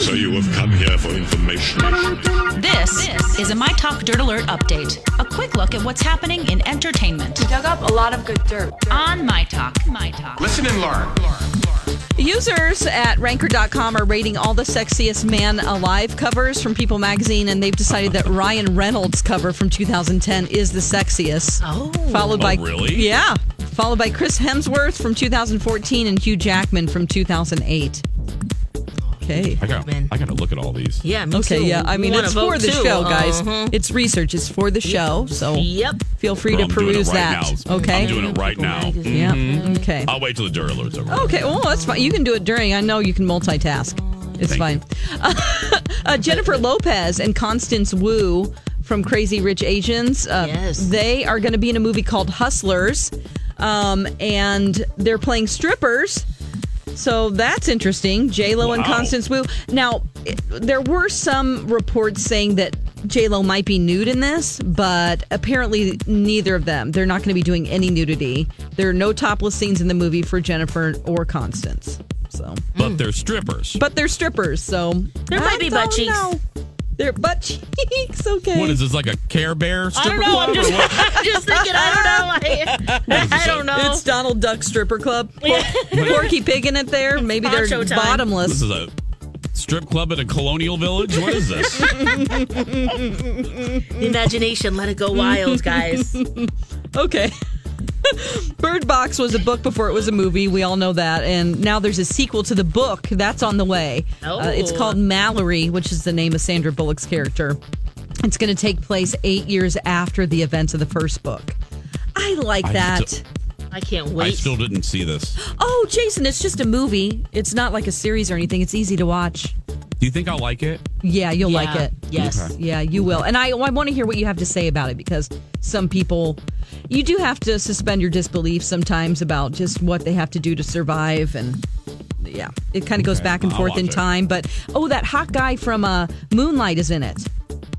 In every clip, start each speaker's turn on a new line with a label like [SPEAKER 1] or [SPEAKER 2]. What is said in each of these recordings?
[SPEAKER 1] So you have come here for information.
[SPEAKER 2] This is a My Talk Dirt Alert update. A quick look at what's happening in entertainment
[SPEAKER 3] dug up a lot of good dirt.
[SPEAKER 2] on My Talk. My Talk.
[SPEAKER 4] Listen and learn.
[SPEAKER 5] Users at ranker.com are rating all the sexiest man alive covers from People magazine, and they've decided that Ryan Reynolds' cover from 2010 is the sexiest. Oh, followed by
[SPEAKER 1] really?
[SPEAKER 5] Yeah, followed by Chris Hemsworth from 2014 and Hugh Jackman from 2008. Okay.
[SPEAKER 1] I got. I got to look at all these.
[SPEAKER 6] Yeah, me
[SPEAKER 5] Okay,
[SPEAKER 6] too.
[SPEAKER 5] yeah. I
[SPEAKER 6] You
[SPEAKER 5] mean,
[SPEAKER 6] wanna
[SPEAKER 5] it's
[SPEAKER 6] vote
[SPEAKER 5] for the
[SPEAKER 6] too.
[SPEAKER 5] show, guys.
[SPEAKER 6] Uh-huh.
[SPEAKER 5] It's research. It's for the show, so
[SPEAKER 6] Yep.
[SPEAKER 5] feel free
[SPEAKER 1] Bro,
[SPEAKER 5] to
[SPEAKER 1] I'm doing it
[SPEAKER 5] peruse
[SPEAKER 1] right
[SPEAKER 5] that.
[SPEAKER 1] now.
[SPEAKER 5] Okay.
[SPEAKER 1] I'm doing it right now.
[SPEAKER 5] yeah. Okay.
[SPEAKER 1] I'll wait till the dirt alert's over.
[SPEAKER 6] Oh,
[SPEAKER 5] Okay, well, that's fine. You can do it during. I know you can multitask. It's
[SPEAKER 1] Thank
[SPEAKER 5] fine. uh, Jennifer Lopez and Constance Wu from Crazy Rich Asians. Uh,
[SPEAKER 6] Yes.
[SPEAKER 5] They are going to be in a movie called Hustlers, um, and they're playing strippers. So that's interesting. J Lo and
[SPEAKER 1] Wow.
[SPEAKER 5] Constance Wu. Now, it, there were some reports saying that J Lo might be nude in this, but apparently neither of them. They're not going to be doing any nudity. There are no topless scenes in the movie for Jennifer or Constance. So,
[SPEAKER 6] mm.
[SPEAKER 1] But they're strippers.
[SPEAKER 5] but they're strippers, so
[SPEAKER 6] There might be butt cheeks.
[SPEAKER 5] They're butt cheeks. Okay.
[SPEAKER 1] what is this like a Care Bear
[SPEAKER 6] I
[SPEAKER 1] stripper
[SPEAKER 6] don't know. I'm
[SPEAKER 1] club or
[SPEAKER 6] just,
[SPEAKER 1] what?
[SPEAKER 6] I'm just thinking. I don't know. I don't know.
[SPEAKER 5] It's Donald Duck Stripper Club. Porky Pig in it there. Maybe they're
[SPEAKER 6] Poncho time.
[SPEAKER 1] This
[SPEAKER 5] bottomless.
[SPEAKER 1] is a strip club at a colonial village. What is this?
[SPEAKER 6] The imagination, let it go wild, guys.
[SPEAKER 5] Okay. Bird Box was a book before it was a movie. We all know that. And now there's a sequel to the book that's on the way. Uh, it's
[SPEAKER 6] Oh.
[SPEAKER 5] called Mallory, which is the name of Sandra Bullock's character. It's going to take place eight years after the events of the first book. I like
[SPEAKER 1] I
[SPEAKER 5] that.
[SPEAKER 1] still-
[SPEAKER 6] I can't
[SPEAKER 1] I
[SPEAKER 6] wait.
[SPEAKER 1] still didn't see this.
[SPEAKER 5] oh, Jason, it's just a movie. It's not like a series or anything. It's easy to watch.
[SPEAKER 1] Do you think I'll like it?
[SPEAKER 5] Yeah, you'll
[SPEAKER 6] Yeah.
[SPEAKER 5] like it.
[SPEAKER 6] Yes.
[SPEAKER 5] Yeah, you will. And I, I want to hear what you have to say about it because some people, you do have to suspend your disbelief sometimes about just what they have to do to survive. And yeah, it kind of goes back and
[SPEAKER 1] I'll
[SPEAKER 5] forth in
[SPEAKER 1] watch it.
[SPEAKER 5] time. But oh, that hot guy from uh, Moonlight is in it.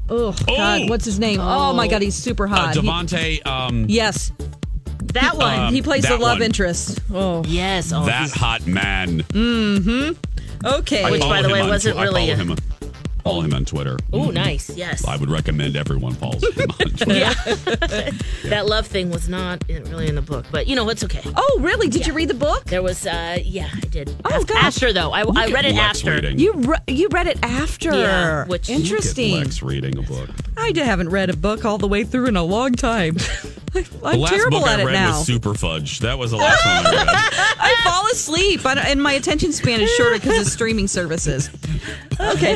[SPEAKER 5] Oh, God. What's his name? Oh, my God. He's super
[SPEAKER 1] Uh,
[SPEAKER 5] hot. He-
[SPEAKER 1] Devonte, um,
[SPEAKER 5] yes.
[SPEAKER 6] that one.
[SPEAKER 1] Um,
[SPEAKER 5] he plays the
[SPEAKER 1] that
[SPEAKER 5] love
[SPEAKER 1] one.
[SPEAKER 5] interest. Oh,
[SPEAKER 6] yes. Oh,
[SPEAKER 1] that
[SPEAKER 6] he's-
[SPEAKER 1] hot man.
[SPEAKER 5] okay.
[SPEAKER 1] I
[SPEAKER 6] Mm, Which,
[SPEAKER 1] follow
[SPEAKER 6] by the
[SPEAKER 1] him
[SPEAKER 6] way,
[SPEAKER 1] on
[SPEAKER 6] wasn't
[SPEAKER 1] Twi- I
[SPEAKER 6] really
[SPEAKER 1] follow
[SPEAKER 6] a-
[SPEAKER 1] him. on- Follow him on Twitter.
[SPEAKER 6] Ooh,
[SPEAKER 1] Mhm.
[SPEAKER 6] nice. Yes.
[SPEAKER 1] I would recommend everyone follows him on Twitter.
[SPEAKER 6] yeah. that love thing was not in- really in the book, but you know it's okay.
[SPEAKER 5] Oh, really? Did you read the book?
[SPEAKER 6] There was, uh yeah, I did.
[SPEAKER 5] Oh,
[SPEAKER 6] Af-
[SPEAKER 5] gosh.
[SPEAKER 6] After though, I, I read it
[SPEAKER 1] Lex
[SPEAKER 6] after.
[SPEAKER 1] reading.
[SPEAKER 5] You re- you read it after.
[SPEAKER 6] Yeah, which- You get
[SPEAKER 5] Interesting.
[SPEAKER 1] Lex reading a book.
[SPEAKER 5] I haven't read a book all the way through in a long time.
[SPEAKER 1] The
[SPEAKER 5] I'm
[SPEAKER 1] last
[SPEAKER 5] terrible
[SPEAKER 1] book
[SPEAKER 5] at
[SPEAKER 1] I
[SPEAKER 5] it
[SPEAKER 1] read
[SPEAKER 5] now.
[SPEAKER 1] was Super Fudge. That was the last one I read.
[SPEAKER 5] I fall asleep, I don't- and my attention span is shorter because of streaming services. Okay.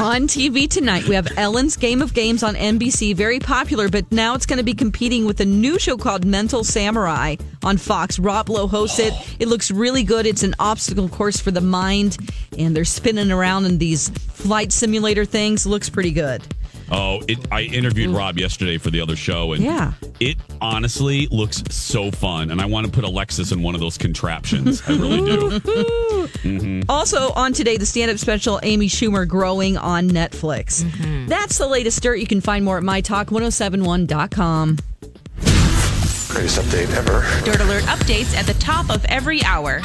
[SPEAKER 5] On TV tonight, we have Ellen's Game of Games on NBC, very popular, but now it's going to be competing with a new show called Mental Samurai on Fox. Rob Lowe hosts it. It looks really good. It's an obstacle course for the mind, and they're spinning around in these flight simulator things. Looks pretty good.
[SPEAKER 1] Oh, it, I interviewed Rob yesterday for the other show, and
[SPEAKER 5] Mm. Yeah.
[SPEAKER 1] it honestly looks so fun. And I want to put Alexis in one of those contraptions. I really do.
[SPEAKER 5] Also on today, the stand-up special Amy Schumer growing on Netflix.
[SPEAKER 6] Mm-hmm.
[SPEAKER 5] That's the latest dirt. You can find more at mytalk1071.com.
[SPEAKER 7] Greatest update ever.
[SPEAKER 2] Dirt Alert updates at the top of every hour.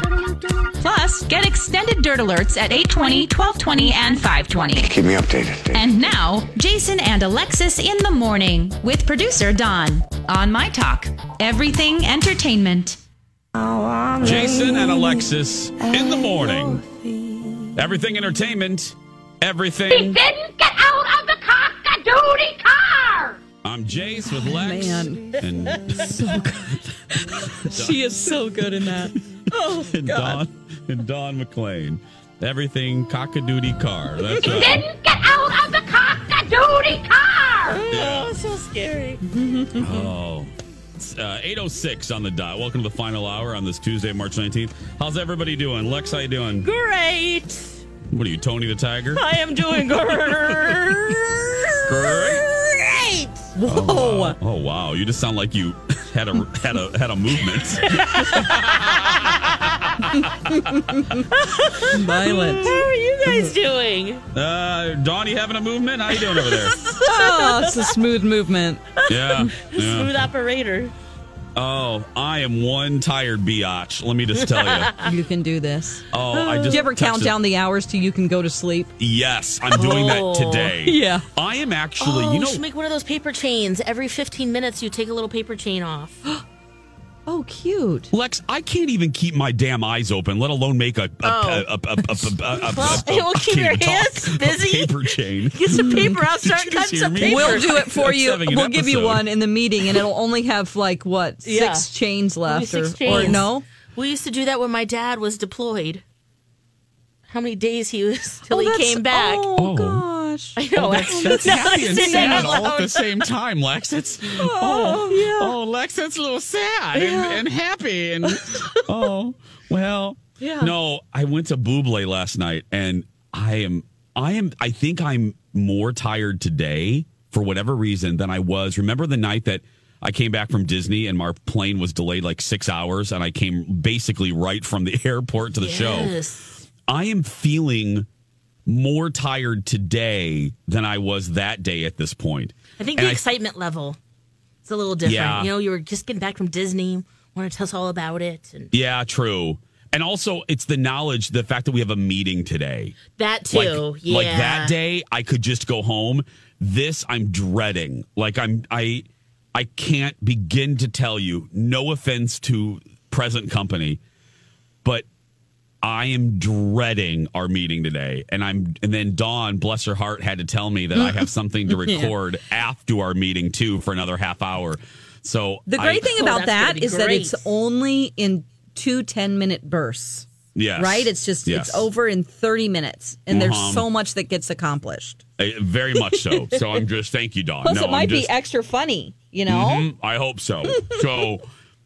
[SPEAKER 2] Plus, get extended Dirt Alerts at 820, 1220, and 520.
[SPEAKER 7] Keep me updated. Dave.
[SPEAKER 2] And now, Jason and Alexis in the morning with producer Don on My Talk. Everything entertainment.
[SPEAKER 1] Jason and Alexis in the morning. Everything entertainment. everything.
[SPEAKER 3] didn't get out of the cock-a-doodie car.
[SPEAKER 1] I'm Jace with Lex.
[SPEAKER 5] man.
[SPEAKER 1] And,
[SPEAKER 5] She is so good in that. Oh,
[SPEAKER 1] and Don and Don McLean. Everything cockadoodie car. That's right.
[SPEAKER 3] Didn't get out of the cock-a-doodie car.
[SPEAKER 6] Oh, so scary.
[SPEAKER 1] Oh. It's, Uh, 806 on the dot. Welcome to the final hour on this Tuesday, March 19th. How's everybody doing? Lex, how you doing?
[SPEAKER 6] Great.
[SPEAKER 1] What are you, Tony the Tiger?
[SPEAKER 6] I am doing great.
[SPEAKER 1] Great.
[SPEAKER 5] whoa.
[SPEAKER 1] Oh wow, you just sound like you had a had a had a movement.
[SPEAKER 5] Violent.
[SPEAKER 6] How are you guys doing?
[SPEAKER 1] Uh, Dawn, you having a movement? How you doing over there?
[SPEAKER 5] Oh, it's a smooth movement.
[SPEAKER 1] Yeah. yeah.
[SPEAKER 6] Smooth operator.
[SPEAKER 1] Oh, I am one tired biatch. Let me just tell you.
[SPEAKER 5] You can do this.
[SPEAKER 1] Oh, I just.
[SPEAKER 5] Did you ever count
[SPEAKER 1] texted-
[SPEAKER 5] down the hours till you can go to sleep?
[SPEAKER 1] Yes, I'm doing
[SPEAKER 6] Oh.
[SPEAKER 1] that today.
[SPEAKER 5] Yeah.
[SPEAKER 1] I am actually.
[SPEAKER 6] Oh,
[SPEAKER 1] you
[SPEAKER 6] you
[SPEAKER 1] know.
[SPEAKER 6] should make one of those paper chains. Every 15 minutes, you take a little paper chain off.
[SPEAKER 5] Oh, cute.
[SPEAKER 1] Lex, I can't even keep my damn eyes open, let alone make a. a-
[SPEAKER 6] Oh.
[SPEAKER 1] a- a- a- a- a- a-
[SPEAKER 6] Well,
[SPEAKER 1] a-
[SPEAKER 6] it will
[SPEAKER 1] I
[SPEAKER 6] keep
[SPEAKER 1] can't
[SPEAKER 6] your
[SPEAKER 1] even talk.
[SPEAKER 6] hands
[SPEAKER 1] A
[SPEAKER 6] busy.
[SPEAKER 1] Paper chain.
[SPEAKER 6] Get some paper out,
[SPEAKER 1] Did you
[SPEAKER 6] start
[SPEAKER 1] just
[SPEAKER 6] cutting
[SPEAKER 1] hear
[SPEAKER 6] some
[SPEAKER 1] me?
[SPEAKER 6] paper.
[SPEAKER 5] We'll do it for
[SPEAKER 1] That's
[SPEAKER 5] you.
[SPEAKER 1] having an
[SPEAKER 5] We'll give you
[SPEAKER 1] episode.
[SPEAKER 5] one in the meeting, and it'll only have like what six
[SPEAKER 6] Yeah.
[SPEAKER 5] chains
[SPEAKER 6] Only
[SPEAKER 5] left,
[SPEAKER 6] six
[SPEAKER 5] or,
[SPEAKER 6] chains.
[SPEAKER 5] or no?
[SPEAKER 6] We used to do that when my dad was deployed. How many days he was till
[SPEAKER 5] Oh,
[SPEAKER 6] he
[SPEAKER 5] that's-
[SPEAKER 6] came back?
[SPEAKER 5] Oh,
[SPEAKER 1] Oh.
[SPEAKER 5] gosh.
[SPEAKER 6] I know.
[SPEAKER 1] That's, that's
[SPEAKER 6] Now I
[SPEAKER 1] happy and
[SPEAKER 6] say that
[SPEAKER 1] sad
[SPEAKER 6] out
[SPEAKER 1] all at
[SPEAKER 6] loud.
[SPEAKER 1] the same time, Lex. That's oh, oh, Lex, that's a little sad and, and happy and oh well.
[SPEAKER 5] Yeah.
[SPEAKER 1] No, I went to Buble last night and I am I am I think I'm more tired today for whatever reason than I was. Remember the night that I came back from Disney and our plane was delayed like six hours and I came basically right from the airport to the show.
[SPEAKER 6] Yes.
[SPEAKER 1] I am feeling more tired today than I was that day at this point.
[SPEAKER 6] I think
[SPEAKER 1] And
[SPEAKER 6] the
[SPEAKER 1] I-
[SPEAKER 6] excitement level is a little different.
[SPEAKER 1] Yeah.
[SPEAKER 6] You know, you were just getting back from Disney, wanted to tell us all about it, and
[SPEAKER 1] Yeah, true. And also, it's the knowledge, the fact that we have a meeting today.
[SPEAKER 6] that too.
[SPEAKER 1] Like,
[SPEAKER 6] yeah.
[SPEAKER 1] like that day, I could just go home. This I'm dreading. Like I'm, I, I can't begin to tell you. No offense to present company, but I am dreading our meeting today. And I'm, and then Dawn, bless her heart, had to tell me that I have something to record after our meeting too for another half hour. So
[SPEAKER 5] The
[SPEAKER 1] I- Oh,
[SPEAKER 5] great thing about
[SPEAKER 6] that's gonna
[SPEAKER 5] that
[SPEAKER 6] be
[SPEAKER 5] is that it's
[SPEAKER 6] great.
[SPEAKER 5] only in two 10 minute bursts,
[SPEAKER 1] yes,
[SPEAKER 5] right? It's just,
[SPEAKER 1] Yes.
[SPEAKER 5] it's over in 30 minutes, and
[SPEAKER 1] Uh-huh.
[SPEAKER 5] there's so much that gets accomplished.
[SPEAKER 1] Uh, Very much so. So I'm just thank you, Don.
[SPEAKER 5] Plus,
[SPEAKER 1] no,
[SPEAKER 5] it might
[SPEAKER 1] I'm just,
[SPEAKER 5] be extra funny, you know?
[SPEAKER 6] Oh.
[SPEAKER 1] Mm, I hope so. So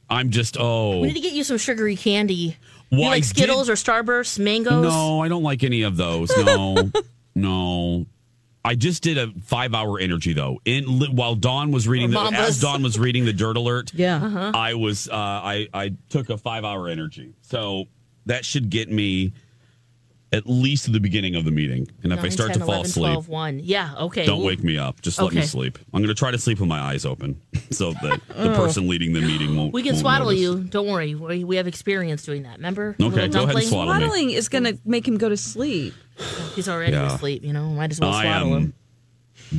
[SPEAKER 1] I'm just
[SPEAKER 6] We
[SPEAKER 1] oh
[SPEAKER 6] need to get you some sugary candy.
[SPEAKER 1] Well,
[SPEAKER 6] you
[SPEAKER 1] I
[SPEAKER 6] like
[SPEAKER 1] did-
[SPEAKER 6] Skittles or Starburst, mangoes.
[SPEAKER 1] no, I don't like any of those. No, no. I just did a five hour energy though. In li- while Dawn was reading the
[SPEAKER 6] Or Mambas.
[SPEAKER 1] as Dawn was reading the dirt alert.
[SPEAKER 5] Yeah.
[SPEAKER 1] I was uh, I I took a five hour energy. So that should get me at least to the beginning of the meeting. And if I
[SPEAKER 6] Nine,
[SPEAKER 1] start
[SPEAKER 6] 10,
[SPEAKER 1] to fall
[SPEAKER 6] 11,
[SPEAKER 1] asleep,
[SPEAKER 6] 12, 1. Yeah, okay.
[SPEAKER 1] Don't
[SPEAKER 6] Ooh.
[SPEAKER 1] wake me up. Just let me
[SPEAKER 6] Okay.
[SPEAKER 1] sleep. I'm going to try to sleep with my eyes open so that the person leading the meeting won't.
[SPEAKER 6] We can
[SPEAKER 1] won't
[SPEAKER 6] swaddle
[SPEAKER 1] notice.
[SPEAKER 6] you. Don't worry. We, we have experience doing that. Remember?
[SPEAKER 1] Okay,
[SPEAKER 6] Little
[SPEAKER 1] go ahead and
[SPEAKER 6] dumpling?
[SPEAKER 1] swaddle me.
[SPEAKER 5] Modeling is going to make him go to sleep.
[SPEAKER 6] He's already
[SPEAKER 1] Yeah.
[SPEAKER 6] asleep. You know, might as well
[SPEAKER 1] I
[SPEAKER 6] swaddle him.
[SPEAKER 1] am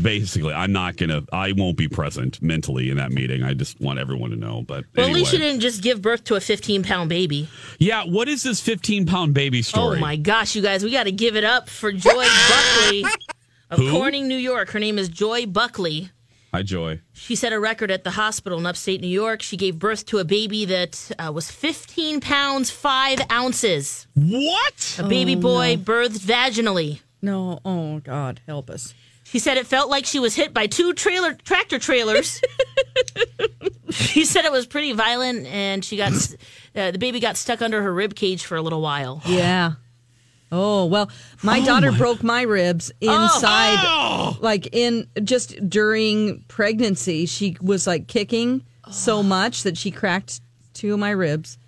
[SPEAKER 1] basically. I'm not going to. I won't be present mentally in that meeting. I just want everyone to know. But
[SPEAKER 6] Well,
[SPEAKER 1] anyway.
[SPEAKER 6] at least you didn't just give birth to a 15 pound baby.
[SPEAKER 1] Yeah. What is this 15 pound baby story?
[SPEAKER 6] Oh my gosh, you guys, we got to give it up for Joy Buckley of
[SPEAKER 1] Who?
[SPEAKER 6] Corning, New York. Her name is Joy Buckley.
[SPEAKER 1] Hi, Joy.
[SPEAKER 6] She set a record at the hospital in upstate New York. She gave birth to a baby that uh, was 15 pounds, 5 ounces.
[SPEAKER 1] What?
[SPEAKER 6] A baby boy birthed vaginally.
[SPEAKER 5] No, oh, God, help us.
[SPEAKER 6] She said it felt like she was hit by two trailer tractor trailers. she said it was pretty violent, and she got s- uh, the baby got stuck under her rib cage for a little while.
[SPEAKER 5] Yeah. Oh, well, my daughter broke my ribs
[SPEAKER 1] Oh,
[SPEAKER 5] inside, like in just during pregnancy. She was like kicking
[SPEAKER 6] Oh.
[SPEAKER 5] so much that she cracked two of my ribs.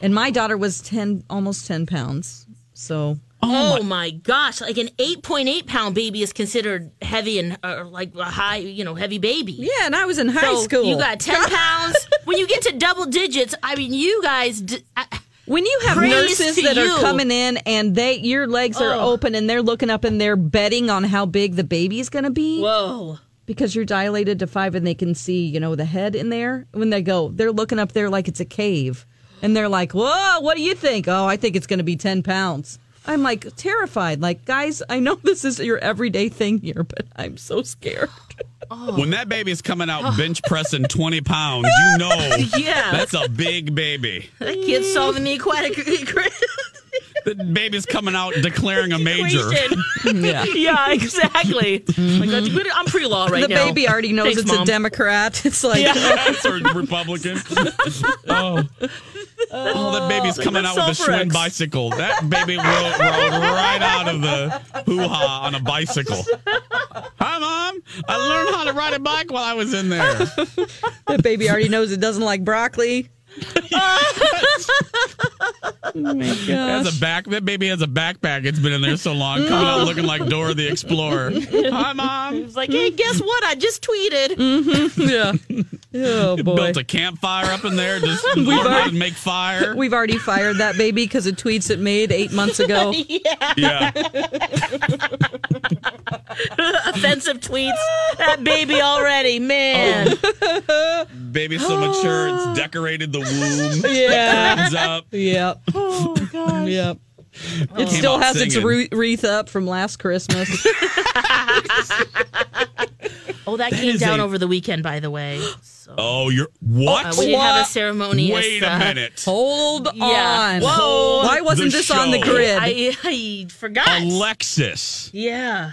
[SPEAKER 5] And my daughter was 10, almost 10 pounds. So,
[SPEAKER 6] Oh, my. gosh! Like an 8.8 pound baby is considered heavy and uh, like a high, you know, heavy baby.
[SPEAKER 5] yeah, and I was in high
[SPEAKER 6] So
[SPEAKER 5] school.
[SPEAKER 6] You got 10 pounds. when you get to double digits, I mean, you guys. D- I-
[SPEAKER 5] when you have
[SPEAKER 6] Praise
[SPEAKER 5] nurses
[SPEAKER 6] to
[SPEAKER 5] that
[SPEAKER 6] you. Oh.
[SPEAKER 5] are coming in and they your legs are open and they're looking up and they're betting on how big the baby's going to be.
[SPEAKER 6] whoa.
[SPEAKER 5] because you're dilated to five and they can see, you know, the head in there. When they go, they're looking up there like it's a cave. And they're like, whoa, what do you think? Oh, I think it's going to be 10 pounds. I'm like terrified. Like, guys, I know this is your everyday thing here, but I'm so scared.
[SPEAKER 1] When that baby's coming out bench pressing 20 pounds, you know
[SPEAKER 6] Yeah.
[SPEAKER 1] that's a big baby.
[SPEAKER 6] That kid's solving the aquatic
[SPEAKER 1] The baby's coming out declaring a major.
[SPEAKER 6] equation.
[SPEAKER 5] Yeah.
[SPEAKER 6] yeah, exactly. Like, that's good. I'm pre-law right
[SPEAKER 5] the
[SPEAKER 6] now.
[SPEAKER 5] baby already knows
[SPEAKER 6] Thanks,
[SPEAKER 5] it's a
[SPEAKER 6] Mom.
[SPEAKER 5] Democrat. It's like,
[SPEAKER 1] Democrats or Republican. oh. Oh, that baby's coming out with a
[SPEAKER 6] sulfur
[SPEAKER 1] Schwinn
[SPEAKER 6] X.
[SPEAKER 1] bicycle. That baby ro- rode right out of the hoo ha on a bicycle. Hi, Mom. I learned how to ride a bike while I was in there.
[SPEAKER 5] that baby already knows it doesn't like broccoli.
[SPEAKER 1] Has a back. That baby has a backpack. It's been in there so long, coming out looking like Dora the Explorer. Hi, Mom.
[SPEAKER 6] It's like, hey, guess what? I just tweeted.
[SPEAKER 5] Yeah. oh, boy.
[SPEAKER 1] Built a campfire up in there. Just learned how to
[SPEAKER 5] already-
[SPEAKER 1] make fire.
[SPEAKER 5] We've already fired that baby because of tweets it made eight months ago.
[SPEAKER 1] yeah.
[SPEAKER 6] Offensive tweets. That baby already, man.
[SPEAKER 1] Baby's so mature, it's decorated the womb.
[SPEAKER 5] yeah.
[SPEAKER 1] It's up.
[SPEAKER 5] Yep. Oh, gosh. Yep. It
[SPEAKER 1] Came
[SPEAKER 5] still
[SPEAKER 1] out
[SPEAKER 5] has its
[SPEAKER 1] singing.
[SPEAKER 5] roo- wreath up from last Christmas.
[SPEAKER 6] Oh, that, came
[SPEAKER 1] is
[SPEAKER 6] down
[SPEAKER 1] a-
[SPEAKER 6] over the weekend, by the way. So,
[SPEAKER 1] Oh, you're what?
[SPEAKER 6] uh, we did have a
[SPEAKER 5] what?
[SPEAKER 6] ceremonious.
[SPEAKER 1] Wait a
[SPEAKER 6] uh,
[SPEAKER 1] minute.
[SPEAKER 5] Hold
[SPEAKER 6] Yeah.
[SPEAKER 5] on.
[SPEAKER 6] Whoa.
[SPEAKER 5] Why wasn't
[SPEAKER 1] The
[SPEAKER 5] this on the
[SPEAKER 1] show.
[SPEAKER 5] grid?
[SPEAKER 6] I, I forgot.
[SPEAKER 1] Alexis.
[SPEAKER 6] yeah.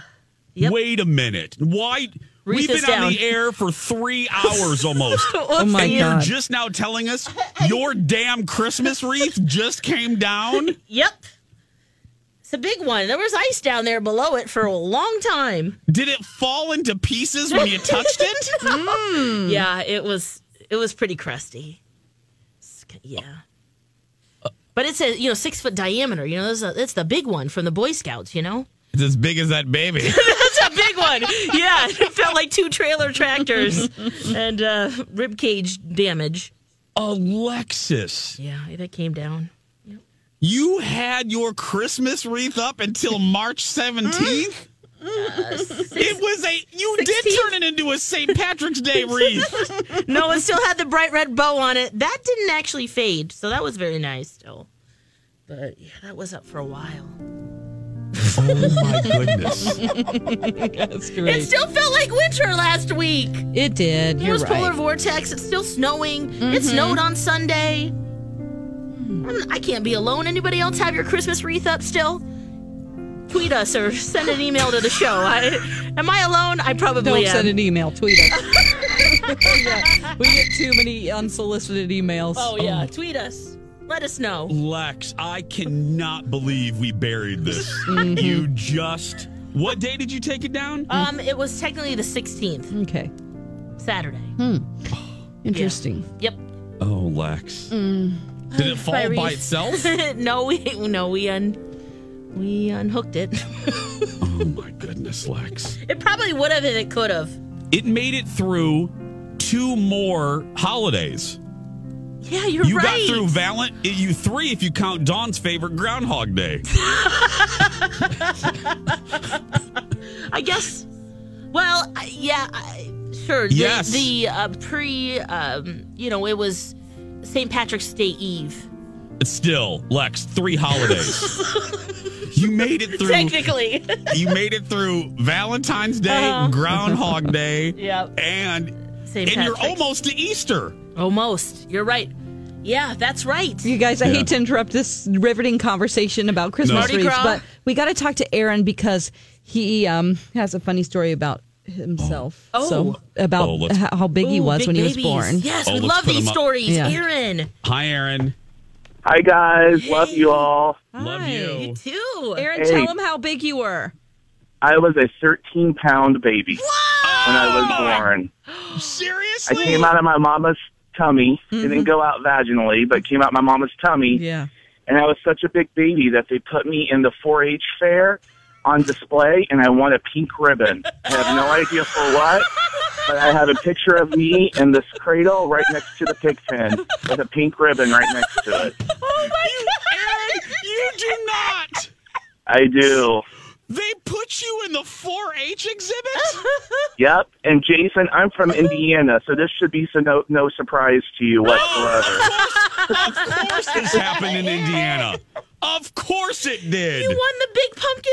[SPEAKER 6] Yep.
[SPEAKER 1] Wait a minute. Why?
[SPEAKER 6] Reese
[SPEAKER 1] We've
[SPEAKER 6] is
[SPEAKER 1] been on
[SPEAKER 6] down.
[SPEAKER 1] the air for three hours almost.
[SPEAKER 5] oh my
[SPEAKER 1] and you're
[SPEAKER 5] god.
[SPEAKER 1] just now telling us your damn Christmas wreath just came down?
[SPEAKER 6] Yep. It's a big one. There was ice down there below it for a long time.
[SPEAKER 1] Did it fall into pieces when you touched it?
[SPEAKER 6] Yeah, it was it was pretty crusty. It's ki- Yeah. But it's a you know six foot diameter. You know, that's, a, that's the big one from the Boy Scouts. You know,
[SPEAKER 1] It's as big as that baby.
[SPEAKER 6] it's a big one. Yeah, it felt like two trailer tractors and uh, rib cage damage.
[SPEAKER 1] Alexis,
[SPEAKER 6] Yeah, that came down.
[SPEAKER 1] you had your Christmas wreath up until March 17th?
[SPEAKER 6] Mm.
[SPEAKER 1] It was a you did
[SPEAKER 6] 16th?
[SPEAKER 1] turn it into a St. Patrick's Day wreath.
[SPEAKER 6] No, it still had the bright red bow on it. That didn't actually fade, so that was very nice still. But yeah, that was up for a while.
[SPEAKER 1] oh my goodness.
[SPEAKER 5] That's great.
[SPEAKER 6] It still felt like winter last week.
[SPEAKER 5] it did.
[SPEAKER 6] There
[SPEAKER 5] You're
[SPEAKER 6] was polar
[SPEAKER 5] right. Mm-hmm.
[SPEAKER 6] vortex. It's still snowing. It snowed on Sunday.
[SPEAKER 5] Hmm.
[SPEAKER 6] I'm- I can't be alone. Anybody else have your Christmas wreath up still? Tweet us or send an email to the show. I, am I alone? I probably
[SPEAKER 5] Don't
[SPEAKER 6] am.
[SPEAKER 5] send an email. Tweet us. Oh, Yeah, we get too many unsolicited emails.
[SPEAKER 6] oh yeah, tweet us. Let us know.
[SPEAKER 1] Lex, I cannot believe we buried this. you just. What day did you take it down?
[SPEAKER 6] Um, it was technically the 16th,
[SPEAKER 5] Oh, Okay.
[SPEAKER 6] Saturday.
[SPEAKER 5] Hmm. Interesting.
[SPEAKER 6] Yep.
[SPEAKER 1] oh, Lex. Mm. Did it fall
[SPEAKER 6] By
[SPEAKER 1] by
[SPEAKER 6] Reese.
[SPEAKER 1] itself?
[SPEAKER 6] no, we no we un we unhooked it.
[SPEAKER 1] oh my goodness, Lex.
[SPEAKER 6] it probably would have if it could have.
[SPEAKER 1] It made it through two more holidays.
[SPEAKER 6] Yeah, you're
[SPEAKER 1] You
[SPEAKER 6] right.
[SPEAKER 1] got through Valent. You three if you count Dawn's favorite Groundhog Day.
[SPEAKER 6] I guess. Well, I- yeah, I, sure. The,
[SPEAKER 1] Yes.
[SPEAKER 6] The uh, pre, um, you know, it was St. Patrick's Day Eve.
[SPEAKER 1] Still, Lex, three holidays. you made it through.
[SPEAKER 6] Technically,
[SPEAKER 1] You made it through Valentine's Day, Groundhog Day,
[SPEAKER 6] Yep.
[SPEAKER 1] and
[SPEAKER 6] St.
[SPEAKER 1] and you're
[SPEAKER 6] Patrick's.
[SPEAKER 1] almost to Easter.
[SPEAKER 6] Almost. You're right. Yeah, that's right.
[SPEAKER 5] You guys, I
[SPEAKER 1] Yeah.
[SPEAKER 5] hate to interrupt this riveting conversation about Christmas
[SPEAKER 1] Mardi
[SPEAKER 5] wreaths,
[SPEAKER 6] Gras.
[SPEAKER 5] but we got to talk to Aaron because he um, has a funny story about himself.
[SPEAKER 6] Oh.
[SPEAKER 5] So about
[SPEAKER 1] Oh, let's-
[SPEAKER 5] how, how big he
[SPEAKER 6] Ooh,
[SPEAKER 5] was
[SPEAKER 6] big
[SPEAKER 5] when he
[SPEAKER 6] babies.
[SPEAKER 5] was born.
[SPEAKER 6] Yes,
[SPEAKER 1] Oh,
[SPEAKER 6] we
[SPEAKER 1] let's
[SPEAKER 6] love
[SPEAKER 1] put 'em
[SPEAKER 6] these
[SPEAKER 1] up.
[SPEAKER 6] stories.
[SPEAKER 5] Yeah.
[SPEAKER 6] Aaron,
[SPEAKER 1] Hi, Aaron.
[SPEAKER 4] Hi guys, love you all.
[SPEAKER 1] Love
[SPEAKER 5] Hi.
[SPEAKER 1] you.
[SPEAKER 6] too.
[SPEAKER 5] Aaron,
[SPEAKER 4] Hey.
[SPEAKER 5] tell him how big you were.
[SPEAKER 4] I was a 13 pound baby when I was born. I
[SPEAKER 1] Seriously?
[SPEAKER 4] came out of my mama's tummy.
[SPEAKER 6] Mm-hmm.
[SPEAKER 4] Didn't go out vaginally, but came out my mama's tummy.
[SPEAKER 5] Yeah.
[SPEAKER 4] And I was such a big baby that they put me in the 4-H fair on display, and I won a pink ribbon. I have no idea for what, but I have a picture of me in this cradle right next to the pig pen with a pink ribbon right next to it.
[SPEAKER 1] Aaron, you do not.
[SPEAKER 4] I do.
[SPEAKER 1] They put you in the 4-H exhibit?
[SPEAKER 4] Yep. And Jason, I'm from Indiana, so this should be so no, no surprise to you whatsoever.
[SPEAKER 1] Of course this happened in Indiana. Of course it did.
[SPEAKER 6] You won the big pumpkin